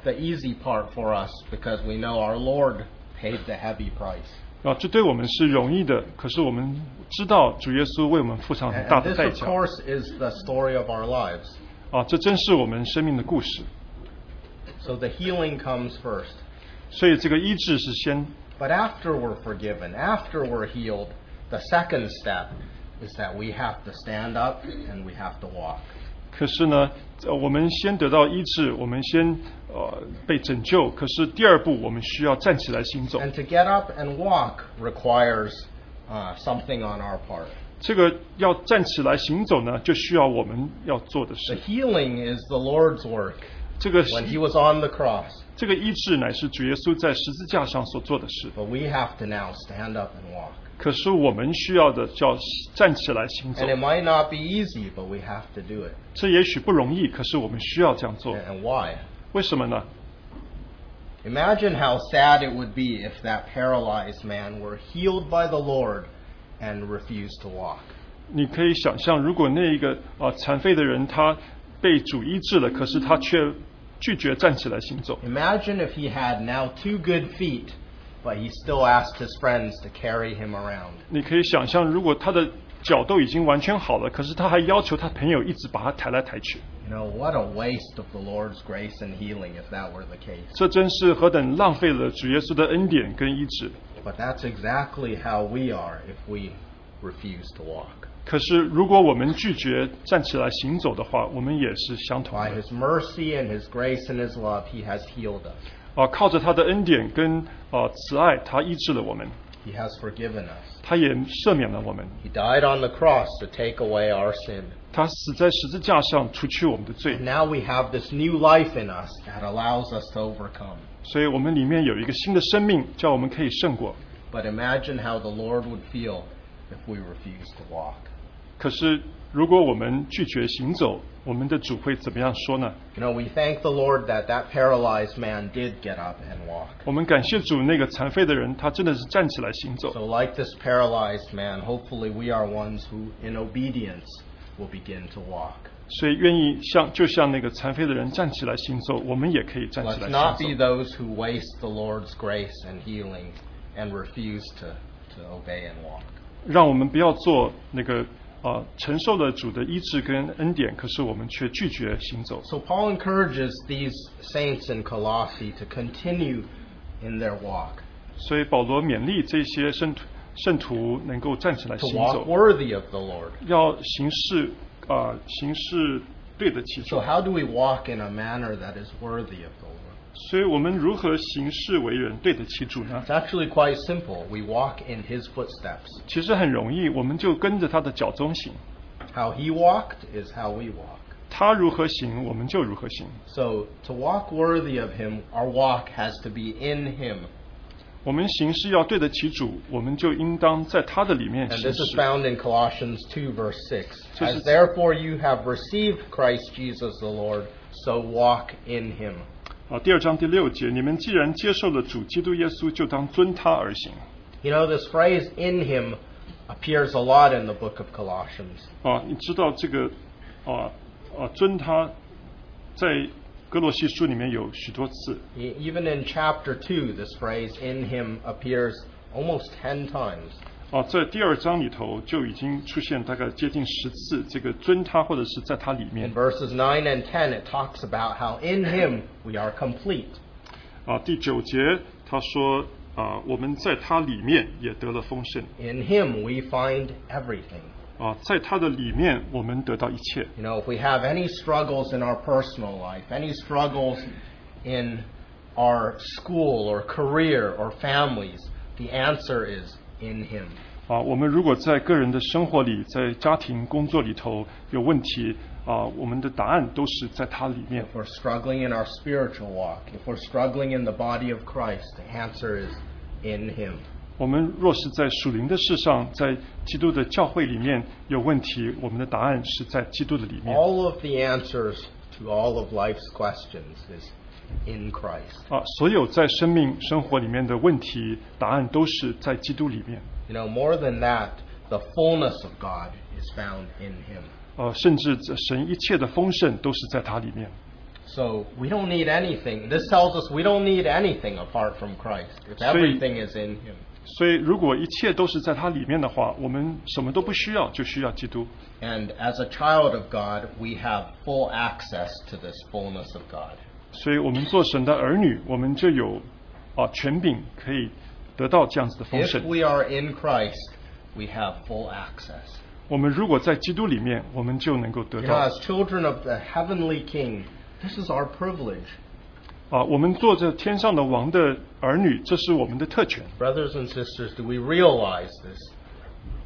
S3: the easy part for us because we know our Lord paid the heavy price.
S2: 啊，这对我们是容易的，可是我们知道主耶稣为我们付上很
S3: And,
S2: 大
S3: and
S2: 的
S3: this,
S2: 代
S3: of
S2: 价
S3: course, is the story of our lives.
S2: 啊，这真是我们生命的故事。
S3: So the healing comes first.
S2: 所以这个医治是先，
S3: But after we're forgiven, after we're healed, the second step is that we have to stand up and we have to walk.
S2: 可是呢，呃我们先得到医治，我们先呃被拯救，可是第二步我们需要站起来行走。
S3: And to get up and walk requires uh, something on our part.
S2: 这个要站起来行走呢，就需要我们要做的
S3: The
S2: 事。
S3: healing is the Lord's work.
S2: 这个
S3: When he was on the cross,
S2: 这个医治乃是主耶稣在十字架上所做的事，
S3: but we have to now stand up and walk.
S2: 可是我们需要的叫站起来行走
S3: And。it might not be easy, but we have to do it.
S2: 这也许不容易，可是我们需要这样做
S3: And。and why?
S2: 为什么呢？
S3: Imagine how sad it would be if that paralyzed man were healed by the Lord and refused to walk.
S2: 你可以想象，如果那一个啊、呃残废的人他被主医治了，可是他却拒绝站起来行
S3: 嗯
S2: 走。
S3: Imagine if he had now two good feet, but he still asked his friends to carry him around.
S2: 你可以想象，如果他的脚都已经完全好了，可是他还要求他朋友一直把他抬来抬去，
S3: You know, what a waste of the Lord's grace and healing if that were the case.
S2: 这真是何等浪费了主耶稣的恩典跟医治。
S3: But that's exactly how we are if we refuse to walk.
S2: 可是如果我们拒绝站起来行走的话，我们也是相同
S3: By
S2: 的。
S3: his mercy and his grace and his love, he has healed us.
S2: 啊、靠着他的恩典跟啊、呃慈爱，他医治了我们，
S3: He has forgiven us.
S2: 他也赦免了我们。
S3: He died on the cross to take away our sin.
S2: 他死在十字架上，除去我们的罪
S3: And，now we have this new life in us that allows us to overcome.
S2: 所以我们里面有一个新的生命，叫我们可以胜过。
S3: But imagine how the Lord would feel if we refused to walk.
S2: 可是，如果我们拒绝行走，我们的主会怎么样说呢？
S3: You know, we thank the Lord that that paralyzed man did get up and walk.
S2: 我们感谢主，那个残废的人，他真的是站起来行
S3: So,
S2: 走。
S3: like this paralyzed man, hopefully we are ones who, in obedience, will begin to walk.
S2: 所以，愿意像就像那个残废的人站起来行走，我们也可以站起
S3: Let's
S2: 来
S3: not be
S2: 行走。
S3: those who waste the Lord's grace and healing and refuse to, to obey and walk.
S2: 让我们不要做那个啊、呃承受了主的医治跟恩典，可是我们却拒绝行走。
S3: So Paul encourages these saints in Colossae to continue in their walk,
S2: 所以，保罗勉励这些圣徒圣徒能够站起来
S3: to
S2: 行走
S3: walk。worthy of the Lord.
S2: 要行事啊、呃行事对得起
S3: So。
S2: 主
S3: how do we walk in a manner that is worthy of the Lord?
S2: 所以我们如何行事为人对得起主呢
S3: It's？actually quite simple. We walk in his footsteps.
S2: 其实很容易，我们就跟着他的脚中行。
S3: How he walked is how we walk.
S2: 他如何行，我们就如何行。
S3: So to walk worthy of him, our walk has to be in him.
S2: 我们行事要对得起主，我们就应当在他的里面
S3: And
S2: 行
S3: this is
S2: 事。
S3: found in Colossians 2 verse 6.
S2: So
S3: As
S2: it's-
S3: therefore you have received Christ Jesus the Lord, so walk in him.
S2: 啊，第二章第六节，你们既然接受了主基督耶稣，就当遵他而行。
S3: You know, this phrase in him appears a lot in the book of Colossians.
S2: 啊，你知道这个啊啊，遵他在哥罗西书里面有许多次，
S3: E- Even in chapter 2, this phrase in him appears almost 10 times.
S2: 啊，在第二章里头就已经出现大概接近十次这个尊他或者是在他里
S3: In
S2: 面
S3: verses 9 and 10, it talks about how in him we are complete.
S2: 啊。第九节他说啊，我们在他里面也得了丰盛
S3: In him we find everything.
S2: 啊，在他的里面我们得到一切
S3: You know, if we have any struggles in our personal life, any struggles in our school or career or families, the answer is in Him.
S2: 啊。我们如果在个人的生活里、在家庭、工作里头有问题啊，我们的答案都是在他里面
S3: If we're struggling in our spiritual walk, if we're struggling in the body of Christ, the answer is in Him.
S2: 我们若是在属灵的事上，在基督的教会里面有问题，我们的答案是在基督的里面。
S3: All of the answers to all of life's questions is in Christ.
S2: 啊，所有在生命生活里面的问题，答案都是在基督里面。
S3: You know, more than that, the fullness of God is found in Him.
S2: 呃，甚至这神一切的丰盛都是在它里面。
S3: So we don't need anything. This tells us we don't need anything apart from Christ. If everything is in Him.
S2: 所以，如果一切都是在它里面的话，我们什么都不需要，就需要基督。
S3: And as a child of God, we have full access to this fullness of God.
S2: 所以我们做神的儿女，我们就有啊权柄可以得到这样子的丰
S3: If
S2: 盛。
S3: we are in Christ, we have full access.
S2: 我们如果在基督里面，我们就能够得
S3: You know,
S2: 到
S3: as children of the heavenly King, this is our privilege.
S2: 啊，我们做着天上的王的儿女，这是我们的特权。
S3: Brothers and sisters, do we realize this?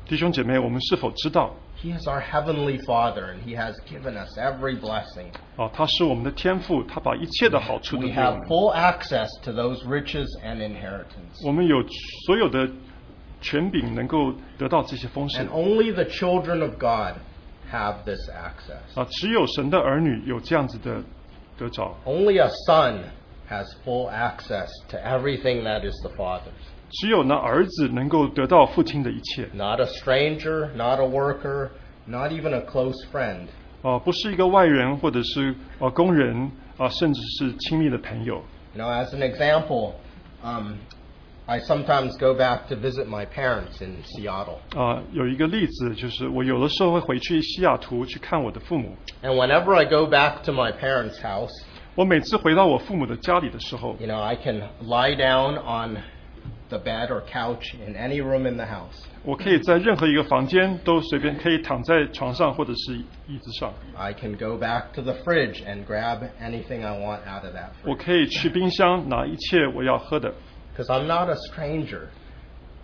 S2: 弟兄姐妹，我们是否知道
S3: He is our heavenly Father, and He has given us every blessing.
S2: 啊？他是我们的天赋，他把一切的好处都
S3: We
S2: 给我
S3: have
S2: 们。
S3: full access to those riches and inheritance.
S2: 我们有所有的权柄，能够得到这些丰盛
S3: And only the children of God have this access.
S2: 啊！只有神的儿女有这样子的得着，
S3: Only a son has full access to everything that is the Father's.
S2: 只有那儿子能够得到父亲的一切
S3: Not a stranger, not a worker, not even a close friend.
S2: 啊！不是一个外人或者是啊工人啊，甚至是亲密的朋友
S3: You know, as an example, um, I sometimes go back to visit my parents in Seattle.
S2: 啊。有一个例子就是，我有的时候会回去西雅图去看我的父母。
S3: And whenever I go back to my parents' house,
S2: 我每次回到我父母的家里的时候
S3: you know, I can lie down on the bed or couch in any room in the house.
S2: 我可以在任何一个房间都随便可以躺在床上或者是椅子上，
S3: I can go back to the fridge and grab anything I want out of that
S2: 我可以去冰箱拿一切我要喝的，
S3: because I'm not a stranger.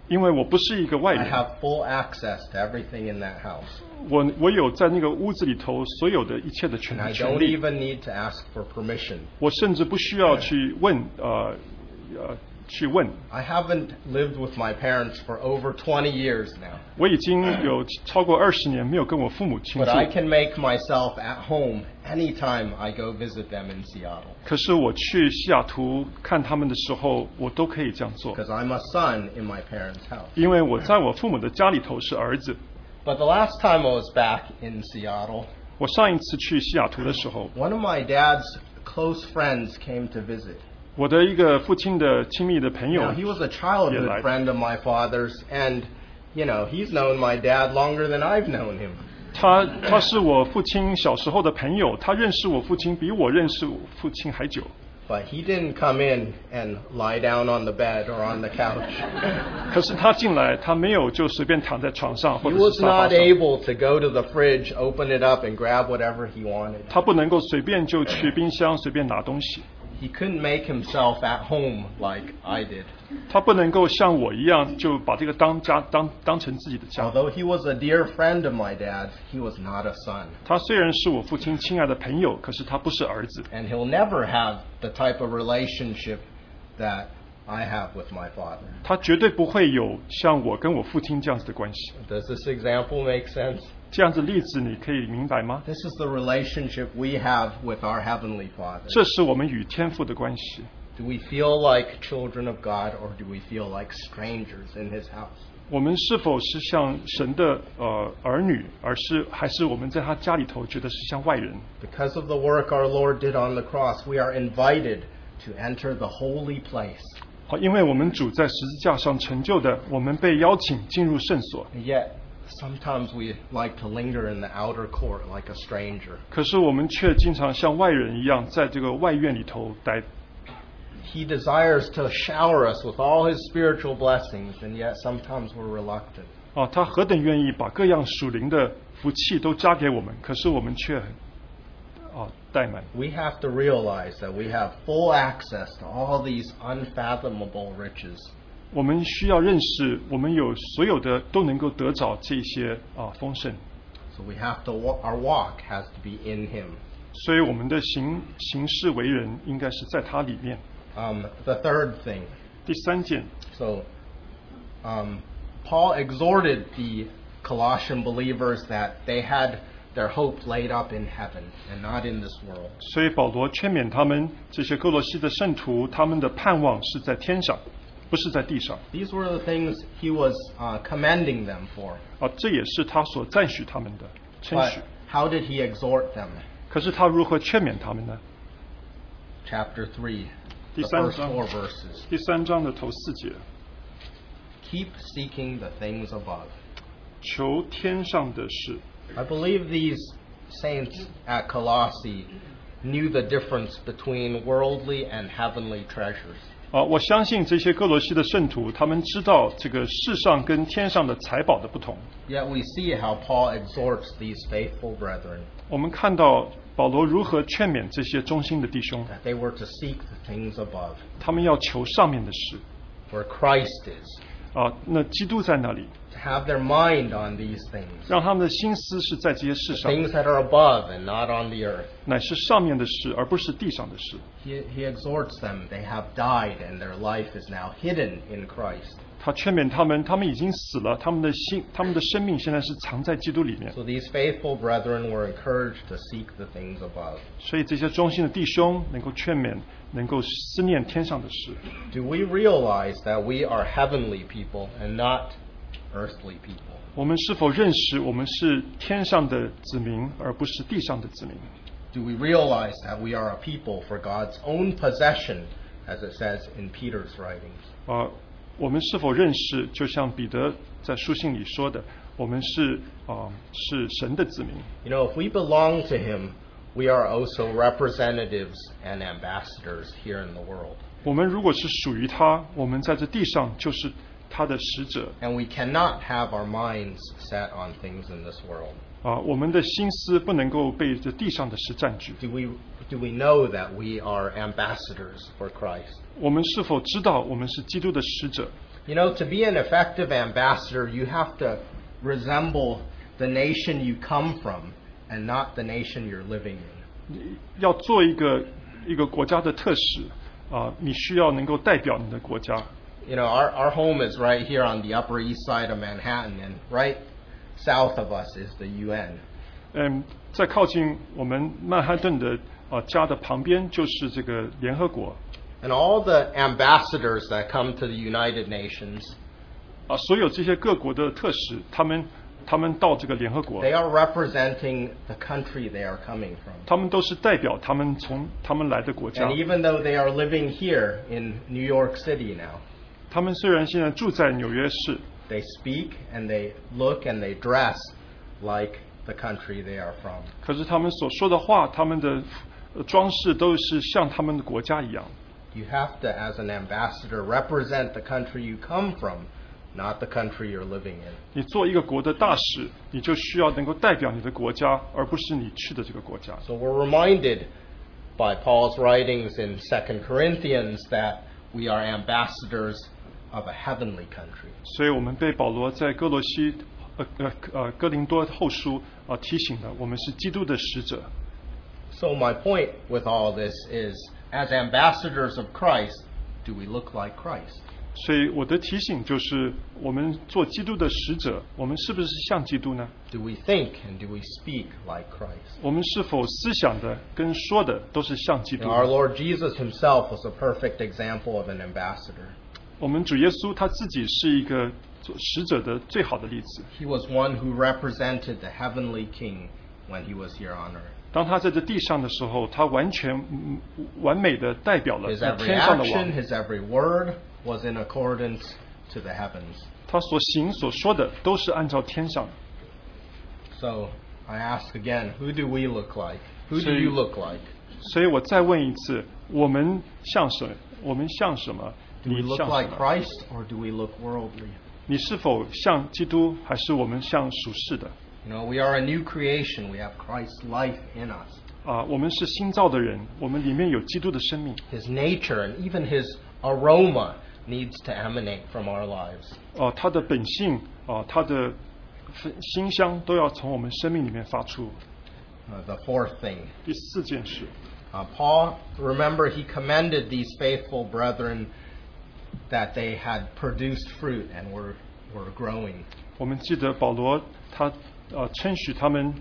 S2: 因为我不是一个外
S3: I
S2: 人，
S3: have full access to everything in that house,
S2: 我我有在那个屋子里头所有的一切的
S3: and
S2: 权
S3: I
S2: 权
S3: don't
S2: 利，
S3: even need to ask for permission.
S2: 我甚至不需要去问呃呃去问，
S3: I haven't lived with my parents for over 20 years now,
S2: 我已经有超过二十年没有跟我父母亲
S3: but I
S2: 近，
S3: can make myself at home anytime I go visit them in Seattle
S2: 可是我去西雅图看他们的时候，我都可以这样做，
S3: because I'm a son in my parents' house.
S2: 因为我在我父母的家里头是儿子。
S3: But the last time I was back in Seattle,
S2: 我上一次去西雅图的时候，
S3: one of my dad's close friends came to visit.
S2: 我的一个父亲的亲密的朋友
S3: Now, he was a
S2: 也
S3: childhood
S2: 来
S3: friend of my father's, and, you know, he's known my dad longer than I've known him.
S2: 他他是我父亲小时候的朋友，他认识我父亲比我认识我父亲还久。
S3: But he didn't come in and lie down on the bed or on the couch.
S2: 可是他进来，他没有就随便躺在床上
S3: he
S2: 或者是
S3: was
S2: 沙发
S3: not
S2: 上，
S3: able to go to the fridge, open it up, and grab whatever he wanted.
S2: 他不能够随便就去冰箱随便拿东西，
S3: He couldn't make himself at home like I did.
S2: 他不能够像我一样就把这个当家当当成自己的家。
S3: Although he was a dear friend of my dad's, he was not a son.
S2: 他虽然是我父亲亲爱的朋友，可是他不是儿子，
S3: And he'll never have the type of relationship that I have with my father.
S2: 他绝对不会有像我跟我父亲这样子的关系。
S3: Does this example make sense?
S2: 这样子例子你可以明白吗？
S3: This is the relationship we have with our Heavenly Father.
S2: 这是我们与天父的关系。
S3: Do we feel like children of God or do we feel like strangers in His house?
S2: 我们是否是像神的呃儿女，而是还是我们在他家里头觉得是像外人？
S3: Because of the work our Lord did on the cross, we are invited to enter the holy place.
S2: 好，啊因为我们主在十字架上成就的，我们被邀请进入圣所。
S3: And yet, sometimes we like to linger in the outer court like a stranger.
S2: 可是我们却经常像外人一样，在这个外院里头待。
S3: He desires to shower us with all his spiritual blessings, and yet sometimes we're reluctant.
S2: 啊，他何等愿意把各样属灵的福气都加给我们，可是我们却啊怠慢。
S3: We have to realize that we have full access to all these unfathomable riches.
S2: 我们需要认识，我们有所有的都能够得着这些啊丰盛，
S3: So we have to wa- our walk has to be in him.
S2: 所以我们的行行事为人应该是在它里面。
S3: Um, the third thing.
S2: 第三件，
S3: So um, Paul exhorted the Colossian believers that they had their hope laid up in heaven and not in this world.
S2: 所以保罗劝勉他们这些哥罗西的圣徒，他们的盼望是在天上，不是在地上
S3: These were the things he was uh, commending them for.
S2: 啊，这也是他所赞许他们的称许
S3: But。how did he exhort them?
S2: 可是他如何劝勉他们呢？
S3: Chapter 3,
S2: He
S3: the
S2: sends
S3: first
S2: them-
S3: four verses.
S2: 第三章的头四节，
S3: Keep seeking the things above.
S2: 求天上的事。
S3: I believe these saints at Colossae knew the difference between worldly and heavenly treasures.
S2: 啊，我相信这些哥罗西的圣徒，他们知道这个世上跟天上的财宝的不同。
S3: Yet we see how Paul exhorts these faithful brethren
S2: 我们看到保罗如何劝勉这些忠心的弟兄，
S3: that they were to seek the things above,
S2: 他们要求上面的事
S3: where Christ is,
S2: 啊。那基督在那里，
S3: to have their mind on these things,
S2: 让他们的心思是在这些事上，
S3: things that are above and not on the earth.
S2: 乃是上面的事，而不是地上的事。
S3: He, he exhorts them, they have died and their life is now hidden in Christ.
S2: 他劝勉他们，他们已经死了，他们的心，他们的生命现在是藏在基督里面。
S3: So these faithful brethren were encouraged to seek the things above.
S2: 所以这些忠心的弟兄能够劝勉，能够思念天上的事。
S3: Do we realize that we are heavenly people and not earthly people?
S2: 我们是否认识我们是天上的子民，而不是地上的子民？
S3: Do we realize that we are a people for God's own possession, as it says in Peter's writings?
S2: 啊、我们是否认识？就像彼得在书信里说的，我们是啊、是神的子民。
S3: You know, if we belong to Him, we are also representatives and ambassadors here in the world.
S2: 我们如果是属于他，我们在这地上就是他的使者
S3: And we cannot have our minds set on things in this world.
S2: 啊、我们的心思不能够被这地上的事占据。
S3: Do we, do we know that we are ambassadors for Christ?
S2: 我们是否知道我们是基督的使者？
S3: You know, to be an effective ambassador, you have to resemble the nation you come from and not the nation you're living in.
S2: 要做一个一个国家的特使啊、你需要能够代表你的国家，
S3: You know, our, our home is right here on the Upper East Side of Manhattan, and right south of us is the UN.
S2: 嗯，在靠近我们曼哈顿的啊家的旁边就是这个联合国
S3: And all the ambassadors that come to the United Nations,
S2: 啊，所有这些各国的特使，他们他们到这个联合国
S3: they，are representing the country they are coming from.
S2: 他们都是代表他们从他们来的国家
S3: And。even though they are living here in New York City now,
S2: 他们虽然现在住在纽约市，
S3: They speak and they look and they dress like the country they are from.
S2: 可是他们所说的话，他们的呃装饰都是像他们的国家一样。
S3: You have to, as an ambassador, represent the country you come from, not the country you're living in.
S2: 你做一个国的大使，你就需要能够代表你的国家，而不是你去的这个国家。
S3: So we're reminded by Paul's writings in 2 Corinthians that we are ambassadors of a heavenly country.
S2: 所以我们被保罗在哥罗西呃呃呃哥林多后书啊、呃提醒了，我们是基督的使者。
S3: So my point with all this is, as ambassadors of Christ, do we look like Christ?
S2: 所以我的提醒就是，我们做基督的使者，我们是不是像基督呢？
S3: Do we think and do we speak like Christ?
S2: 我们是否思想的跟说的都是像基
S3: You
S2: 督
S3: know,
S2: 呢？
S3: our Lord Jesus himself was a perfect example of an ambassador.
S2: 我们主耶稣他自己是一个做使者的最好的例子。
S3: He was one who represented the heavenly king when he was here on earth.
S2: 当他在这地上的时候，他完全嗯完美的代表了
S3: His every
S2: 天上的
S3: action,
S2: 王。
S3: his every word, was in accordance to the heavens.
S2: 他所行所说的都是按照天上的。
S3: So I ask again, who do we look like? Who
S2: So
S3: do you
S2: you-
S3: look like?
S2: 所以我再问一次，我们像什？我们像什么？
S3: Do we
S2: 你
S3: look
S2: 像什
S3: like
S2: 么？
S3: Christ or do we look worldly?
S2: 你是否像基督，还是我们像属世的？
S3: You know, we are a new creation. We have Christ's life in us,
S2: 啊，我们是新造的人，我们里面有基督的生命，
S3: His nature, and even His aroma needs to emanate from our lives.
S2: 哦、它的本性，哦、它的芬馨香都要从我们生命里面发出。
S3: Uh, the fourth thing
S2: 第四件事，
S3: Uh, Paul, remember, he commended these faithful brethren that they had produced fruit and were, were growing.
S2: 我们记得保罗他呃称许他们，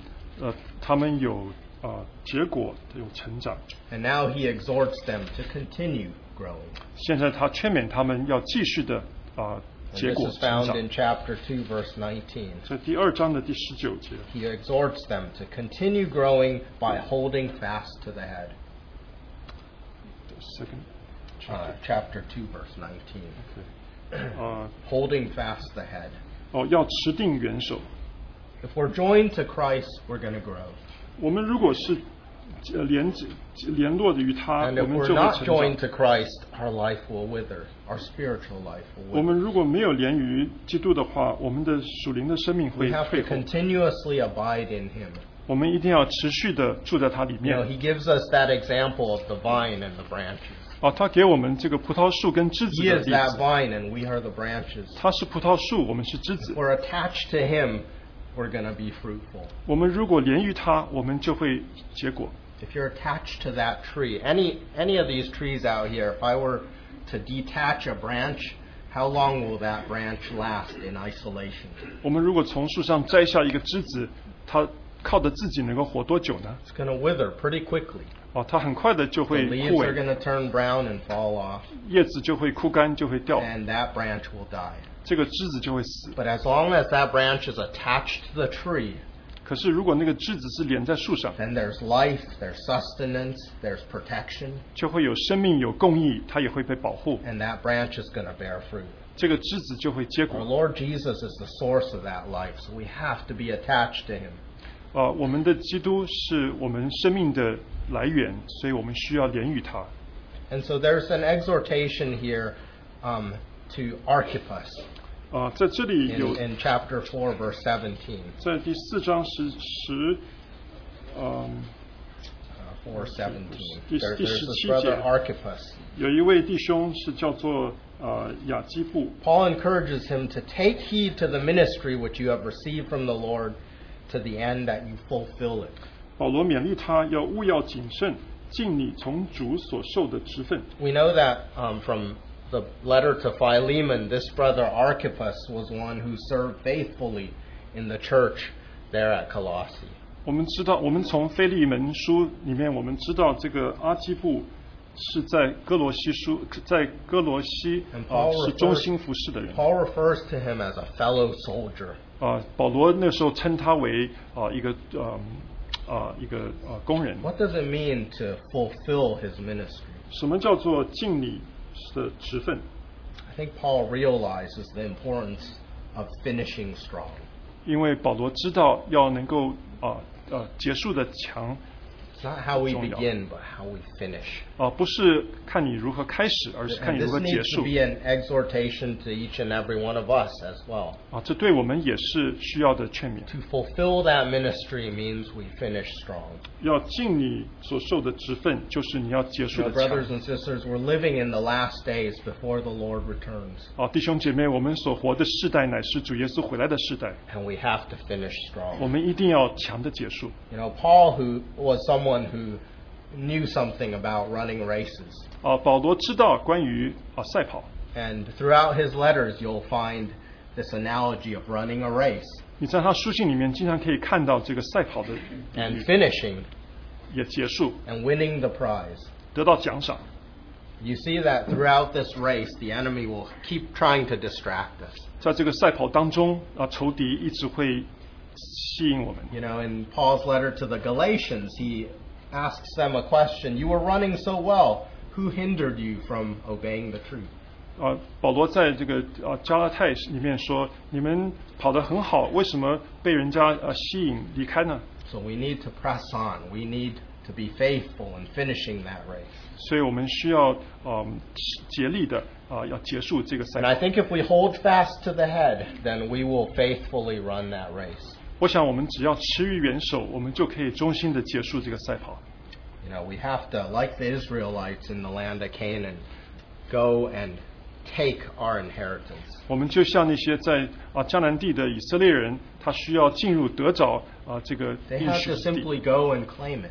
S2: 呃，他们有呃结果有成长。
S3: And now he exhorts them to continue growing.
S2: 现在他劝勉他们要继续的啊、
S3: And
S2: 结
S3: this
S2: 果
S3: is
S2: 成
S3: found
S2: 长。
S3: in chapter 2, verse 19.
S2: 这第二章的第十九节，
S3: He exhorts them to continue growing by holding fast to the head.
S2: second
S3: Uh,
S2: chapter，
S3: chapter 2, verse 19.
S2: 对呃
S3: Holding fast the head.
S2: 哦，要持定元首。
S3: If we're joined to Christ, we're going to grow.
S2: 我们如果是呃联联络的于他，
S3: And
S2: 我
S3: if
S2: 们
S3: we're
S2: 就会
S3: not
S2: 成
S3: joined
S2: 长。
S3: to Christ, our life will wither. Our spiritual life will
S2: 我
S3: wither.
S2: 们如果没有连于基督的话，我们的属灵的生命
S3: We
S2: 会
S3: have
S2: 退
S3: to
S2: 后。
S3: continuously abide in Him.
S2: 我们一定要持续的住在它里
S3: You
S2: 面
S3: know,。He gives us that example of the vine and the branches.
S2: 哦，他给我们这个葡萄树跟枝
S3: He
S2: 子的
S3: is
S2: 例
S3: that
S2: 子。
S3: vine, and we are the branches.
S2: 他是葡萄树，我们是枝子
S3: If。we're attached to Him, we're going to be fruitful.
S2: 我们如果连于他，我们就会结果。
S3: If you're attached to that tree, any any of these trees out here, if I were to detach a branch, how long will that branch last in isolation?
S2: 我们如果从树上摘下一个枝子，它靠着自己能够活多久呢？
S3: It's going to wither pretty quickly.
S2: 哦，它很快的就
S3: The
S2: 会枯
S3: leaves are
S2: 萎，
S3: going to turn brown and fall off,
S2: 叶子就会枯干，就会掉，
S3: and that branch will die.
S2: 这个枝子就会死。
S3: But as long as that branch is attached to the tree,
S2: 可是如果那个枝子是连在树上，
S3: then there's life, there's sustenance, there's protection,
S2: 就会有生命、有供应，它也会被保护。
S3: and that branch is going to bear fruit.
S2: 这个枝子就会结
S3: Our
S2: 果。
S3: Lord Jesus is the source of that life, so we have to be attached to Him.
S2: 呃，我们的基督是我们生命的来源，所以我们需要连于它。
S3: And so there's an exhortation here um, to Archippus
S2: 啊、在这里
S3: in,
S2: 有
S3: in chapter 4, verse 17.
S2: 在第四章十十，嗯，
S3: Uh, 4 17.
S2: This-
S3: There-
S2: this
S3: there's
S2: is
S3: this brother
S2: cheating.
S3: Archippus.
S2: 有一位弟兄是叫做呃雅基布，
S3: Paul encourages him to take heed to the ministry which you have received from the Lord to the end that you fulfill it.
S2: 保罗勉励他要务要谨慎，尽你从主所受的职分。
S3: We know that um, from the letter to Philemon, this brother Archippus was one who served faithfully in the church there at Colossae.
S2: 我们知道，我们从腓利门书里面，我们知道这个阿基布是在哥罗西书，在哥罗西
S3: And
S2: 啊、
S3: Paul
S2: 是
S3: refers-
S2: 忠心服侍的人啊、
S3: Paul refers to him as a fellow soldier.
S2: 啊保罗那时候称他为啊、一个呃啊、一个啊工人。
S3: What does it mean to fulfill his ministry?
S2: 什么叫做尽你的职分？
S3: I think Paul realizes the importance of finishing strong.
S2: 因为保罗知道要能够啊呃结束的强
S3: It's not how we
S2: Strong, yeah.
S3: begin, but how we finish.
S2: 啊、不是看你如何开始，而是看
S3: And
S2: 你
S3: this
S2: 如何结
S3: needs
S2: 束
S3: to be an exhortation to each and every one of us as well.
S2: 啊。这对我们也是需要的劝勉。
S3: To fulfill that ministry means we finish strong.
S2: 要尽你所受的职分，就是你要结束
S3: Now,
S2: 的强
S3: brothers and sisters, we're living in the last days before the Lord returns,
S2: 啊，弟兄姐妹，我们所活的世代乃是主耶稣回来的世代，
S3: and we have to finish
S2: 我
S3: strong.
S2: 们一定要强的结束
S3: You know, Paul, who was someone who knew something about running races,
S2: 啊。保罗知道关于啊赛跑，
S3: and throughout his letters, you'll find this analogy of running a race
S2: 你在他书信里面经常可以看到这个赛跑的
S3: and finishing
S2: 也结束，
S3: and winning the prize.
S2: 得到奖赏。
S3: You see that throughout this race, the enemy will keep trying to distract us.
S2: 在这个赛跑当中啊，仇敌一直会吸引我们。
S3: You know, in Paul's letter to the Galatians, he asks them a question You were running so well, who hindered you from obeying the truth?
S2: 啊、保罗在这个啊、加拉太里面说，你们跑得很好，为什么被人家啊、吸引离开呢？
S3: So we need to press on. We need to be faithful in finishing that race.
S2: 所以我们需要啊、竭力的啊、要结束这个赛
S3: And I
S2: 道。
S3: think if we hold fast to the head, then we will faithfully run that race.
S2: 我想我们只要持于元首，我们就可以忠心的结束这个赛跑。
S3: You know, we have to, like the Israelites in the land of Canaan, go and take our inheritance.
S2: 我们就像那些在啊迦南地的以色列人，他需要进入得着啊这个
S3: They
S2: 应
S3: have
S2: 许
S3: to
S2: 之地，
S3: simply go and claim it.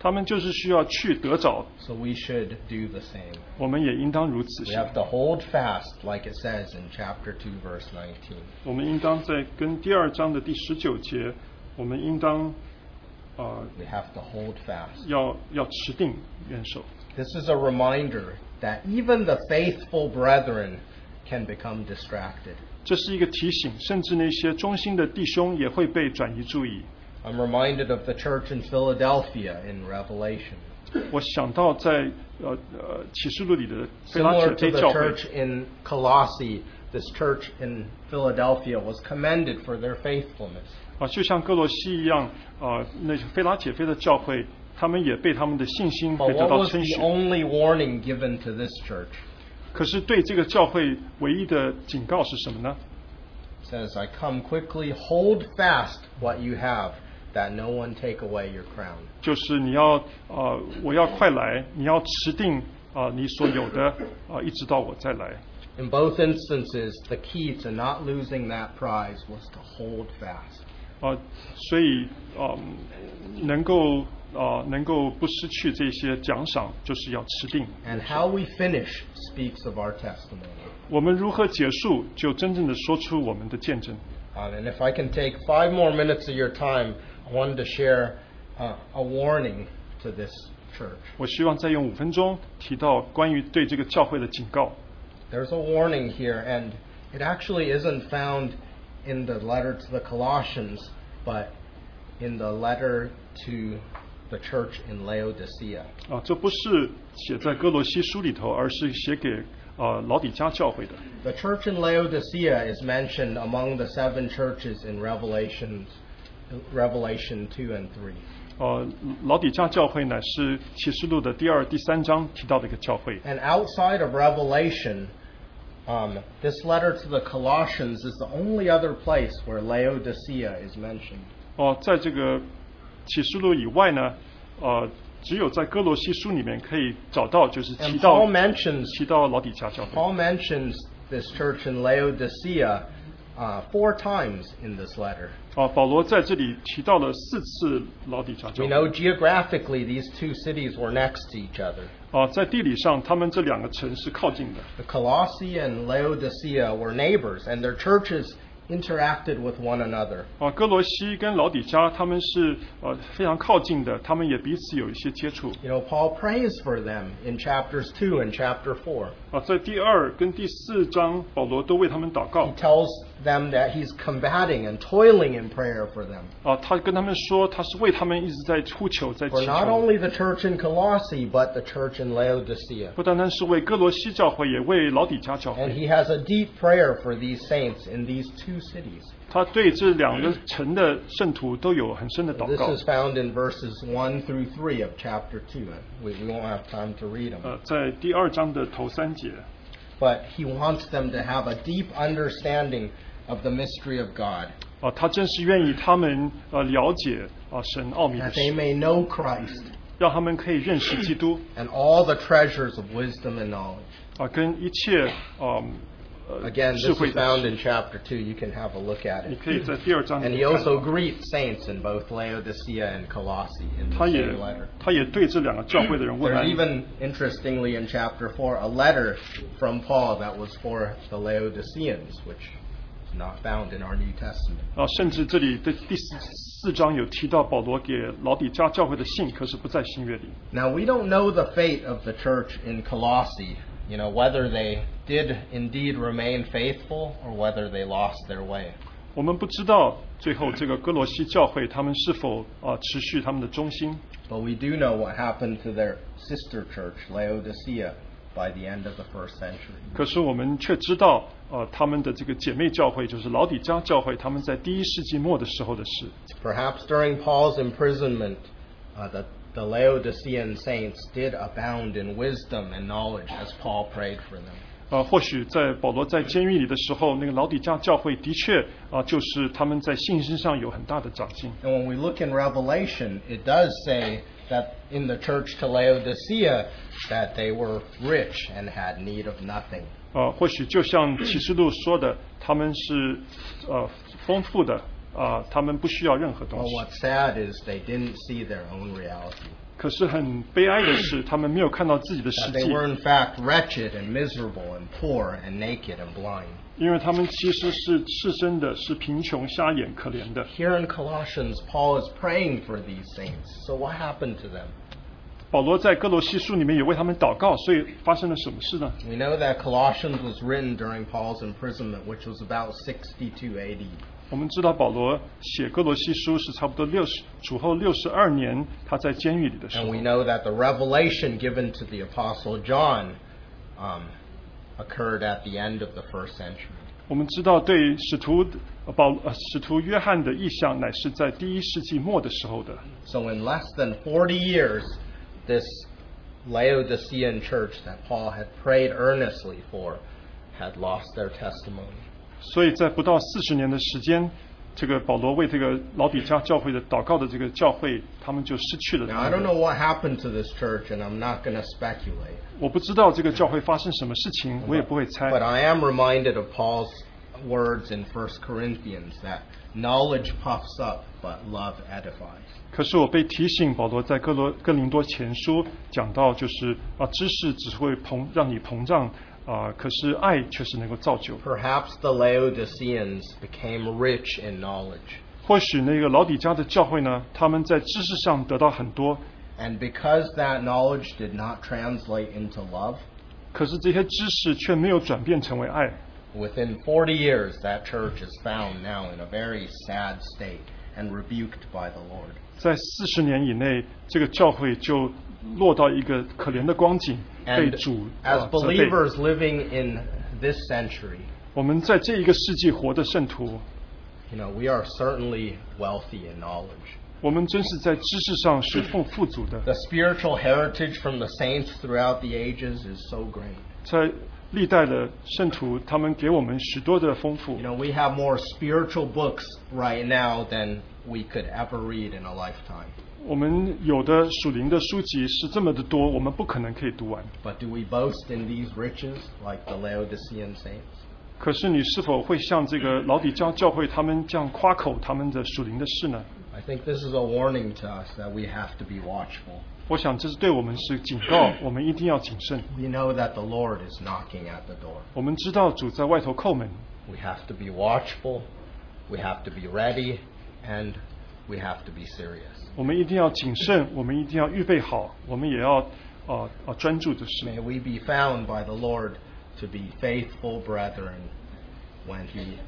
S2: 他们就是需要去得着。
S3: So we should do the same.
S2: 我们也应当如此
S3: We
S2: 行。
S3: have to hold fast, like it says in chapter 2, verse 19.
S2: 我们应当在跟第二章的第十九节，我们应当啊、
S3: We have to hold fast.
S2: 要要持定元首。
S3: This is a reminder that even the faithful brethren can become distracted.
S2: 这是一个提醒，甚至那些忠心的弟兄也会被转移注意。
S3: I'm reminded of the church in Philadelphia in Revelation,
S2: 我想到在呃呃启示录里的菲拉铁
S3: similar to
S2: 非
S3: the
S2: 教会
S3: church，in Colossae. This church in Philadelphia was commended for their faithfulness.
S2: 啊，就像哥罗西一样，啊、那些菲拉铁非的教会，他们也被他们的信心给
S3: But
S2: 得
S3: what
S2: 到
S3: was
S2: 称许
S3: the。only warning given to this church?
S2: 可是对这个教会唯一的警告是什么呢？
S3: It says, I come quickly, hold fast what you have, that no one take away your crown.
S2: 就是你要啊、我要快来，你要持定啊、你所有的啊、一直到我再来。
S3: In both instances, the key to not losing that prize was to hold fast.
S2: 啊、所以啊、能够啊、能够不失去这些奖赏，就是要持定。
S3: And how we finish speaks of our testimony.
S2: 我们如何结束，就真正的说出我们的见证。
S3: Um, and if I can take five more minutes of your time, I wanted to share uh, a warning to this church.
S2: 我希望再用五分钟提到关于对这个教会的警告。
S3: There's a warning here, and it actually isn't found in the letter to the Colossians, but in the letter to the church in Laodicea.
S2: 啊，这不是写在哥罗西书里头，而是写给啊老底嘉教会的。
S3: The church in Laodicea is mentioned among the seven churches in Revelations, Revelation 2 and 3.
S2: 呃，老底嘉教会乃是启示录的第二、第三章提到的一个教会。
S3: And outside of Revelation, um, this letter to the Colossians is the only other place where Laodicea is mentioned.
S2: 哦、在这个启示录以外呢，呃，只有在哥罗西书里面可以找到，就是提
S3: And
S2: 到
S3: Paul mentions
S2: 提到老底嘉教会。
S3: Paul mentions this church in Laodicea uh, four times in this letter.
S2: 啊，保罗在这里提到了四次老底嘉教
S3: We
S2: 会。
S3: know geographically these two cities were next to each other.
S2: 啊，在地理上，他们这两个城是靠近的。
S3: The Colossae and Laodicea were neighbors, and their churches interacted with one another.
S2: 啊，哥罗西跟老底嘉他们是呃非常靠近的，他们也彼此有一些接触。
S3: You know, Paul prays for them in chapters 2 and chapter 4.
S2: 啊，在第二跟第四章，保罗都为他们祷告
S3: He。tells them that he's combating and toiling in prayer for them.
S2: 啊，他跟他们说，他是为他们一直在呼求，在祈
S3: For not
S2: 求，
S3: only the church in Colossae, but the church in Laodicea.
S2: 不单单是为哥罗西教会，也为老底嘉教会。
S3: And he has a deep prayer for these saints in these two cities.
S2: 他对这两个城的圣徒都有很深的祷
S3: This
S2: 告。
S3: is found in verses 1 through 3 of chapter 2. and We, we won't have time to read them.
S2: 呃，在第二章的头三节，
S3: But he wants them to have a deep understanding of the mystery of God,
S2: 啊，他真是愿意他们呃了解啊神奥秘的
S3: that they
S2: 事，
S3: may know Christ
S2: 让他们可以认识基督
S3: and all the treasures of wisdom and knowledge.
S2: 啊，跟一切啊呃
S3: Again,
S2: 智
S3: this
S2: 慧
S3: is
S2: 的
S3: found
S2: 事
S3: in chapter 2. You can have a look at
S2: 你
S3: it.
S2: 可以在第二章
S3: And
S2: 里
S3: he
S2: 面看
S3: also
S2: 到，
S3: greets saints in both Laodicea and Colossae in the
S2: 他也
S3: same letter.
S2: 他也对这两个教会的人问
S3: There's
S2: 安。
S3: even, interestingly, in chapter 4, a letter from Paul that was for the Laodiceans, which is not found in our New Testament.
S2: 啊，甚至这里的第四四章有提到保罗给老底嘉教会的信，可是不在新约里。
S3: Now, we don't know the fate of the church in Colossae, you know, whether they did indeed remain faithful or whether they lost their way.
S2: 我们不知道最后这个哥罗西教会他们是否啊、持续他们的忠心，
S3: But we do know what happened to their sister church, Laodicea, by the end of the first century.
S2: 可是我们却知道，呃，他们的这个姐妹教会就是老底家教会，他们在第一世纪末的时候的事。
S3: Perhaps during Paul's imprisonment, uh, the, the Laodicean saints did abound in wisdom and knowledge as Paul prayed for them.
S2: 啊，或许在保罗在监狱里的时候，那个老底家教会的确啊，就是他们在信心上有很大的长进。
S3: And when we look in Revelation, it does say that in the church to Laodicea that they were rich and had need of nothing.
S2: 啊，或许就像启示录说的，他们是呃丰富的啊，他们不需要任何东
S3: But
S2: 西。
S3: what's sad is they didn't see their own reality.
S2: 可是很悲哀的是，他们没有看到自己的实
S3: That they
S2: 际，
S3: were in fact wretched and miserable and poor and naked and blind.
S2: 因为他们其实是赤身的，是贫穷、瞎眼、可怜的。
S3: Here in Colossians, Paul is praying for these saints. So what happened to them?
S2: 保罗在哥罗西书里面也为他们祷告，所以发生了什么事呢？
S3: We know that Colossians was written during Paul's imprisonment, which was about 62 AD.
S2: 我们知道保罗写哥罗西书是差不多六十主后六十二年，他在监狱里的时候
S3: And。we know that the revelation given to the Apostle John um, occurred at the end of the first century.
S2: 我们知道，对使徒呃保呃使徒约翰的意象，乃是在第一世纪末的时候的。
S3: So, in less than 40 years, this Laodicean church that Paul had prayed earnestly for had lost their testimony.
S2: 所以在不到四十年的时间，这个保罗为这个老底家教会的祷告的这个教会，他们就失去了
S3: Now, I
S2: 他
S3: don't
S2: 们
S3: know
S2: 的。
S3: what happened to this church, and I'm not going to speculate.
S2: 我不知道这个教会发生什么事情，我也不会猜
S3: But。I am reminded of Paul's words in 1 Corinthians that knowledge puffs up, but love edifies.
S2: 可是我被提醒，保罗在哥罗哥林多前书讲到，就是啊，知识只会膨让你膨胀啊，可是爱却是能够造就。
S3: Perhaps the Laodiceans became rich in knowledge.
S2: 或许那个老底家的教会呢，他们在知识上得到很多，
S3: And because that knowledge did not translate into love,
S2: 可是这些知识却没有转变成为爱。
S3: within 40 years that church is found now in a very sad state and rebuked by the Lord.
S2: 在四十年以内，这个教会就落到一个可怜的光景，
S3: And
S2: 被主啊
S3: as
S2: 责备。
S3: believers living in this century,
S2: 我们在这一个世纪活的圣徒，
S3: you know, we are certainly wealthy in knowledge.
S2: 我们真是在知识上是富富足的，
S3: The spiritual heritage from the saints throughout the ages is so great.
S2: 在历代的圣徒，他们给我们许多的丰富
S3: You。know, we have more spiritual books right now than we could ever read in a lifetime.
S2: 我们有的属灵的书籍是这么的多，我们不可能可以读完。
S3: But do we boast in these riches like the Laodicean saints?
S2: 可是你是否会像这个老底教教会他们这样夸口他们的属灵的事呢？
S3: I think this is a warning to us that we have to be watchful.
S2: 我想这是对我们是警告，我们一定要谨慎。
S3: We know that the Lord is knocking at the door.
S2: 我们知道主在外头叩门，
S3: We have to be watchful, we have to be ready, and we have to be serious.
S2: 我们一定要谨慎，我们一定要预备好，我们也要呃呃专注的是，
S3: May we be found by the Lord to be faithful brethren when he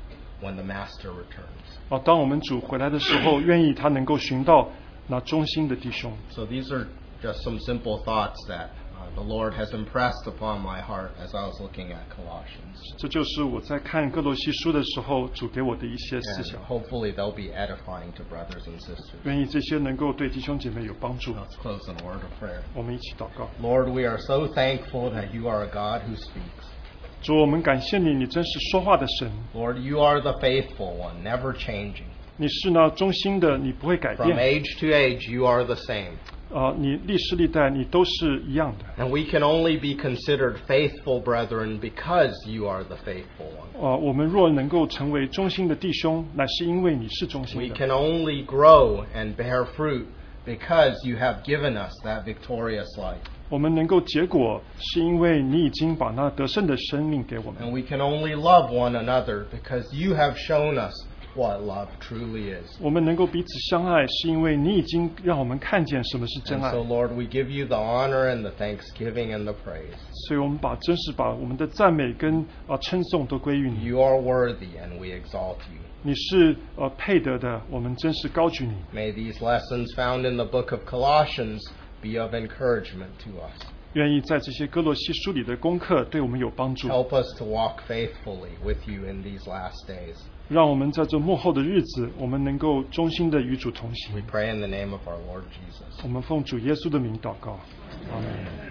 S3: when the master returns.
S2: 啊，当我们主回来的时候，愿意他能够寻到那忠心的弟兄。
S3: So these are just some simple thoughts that uh, the Lord has impressed upon my heart as I was looking at Colossians.
S2: 这就是我在看哥罗西书的时候，主给我的一些思
S3: And
S2: 想。
S3: hopefully they'll be edifying to brothers and sisters.
S2: 愿意这些能够对弟兄姐妹有帮助。
S3: Let's close in a word of prayer.
S2: 我们一起祷告，
S3: Lord, we are so thankful that you are a God who speaks.
S2: 主，我们感谢你，你真是说话的神，
S3: Lord, you are the faithful one, never changing.
S2: 你是那忠心的，你不会改
S3: From
S2: 变。
S3: age to age, you are the same.
S2: 啊，你历世历代你都是一样的。
S3: And we can only be considered faithful brethren because you are the faithful one.
S2: 啊，我们若能够成为忠心的弟兄，乃是因为你是忠
S3: We
S2: 心的。
S3: can only grow and bear fruit because you have given us that victorious life.
S2: 我们能够结果，是因为你已经把那得胜的生命给我们。
S3: And we can only love one another because you have shown us what love truly is.
S2: 我们能够彼此相爱，是因为你已经让我们看见什么是真
S3: And
S2: 爱
S3: so,。Lord, we give you the honor and the thanksgiving and the praise.
S2: 所以，我们把真实把我们的赞美跟啊称颂都归于你。
S3: You are worthy and we exalt you.
S2: 你是呃配得的，我们真是高举你。
S3: May these lessons found in the book of Colossians be of encouragement to us.
S2: 愿意在这些哥洛西书里的功课对我们有帮助，
S3: Help us to walk faithfully with you in these last days.
S2: 让我们在这幕后的日子，我们能够忠心的与主同行
S3: We。pray in the name of our Lord Jesus.
S2: 我们奉主耶稣的名祷告，阿门。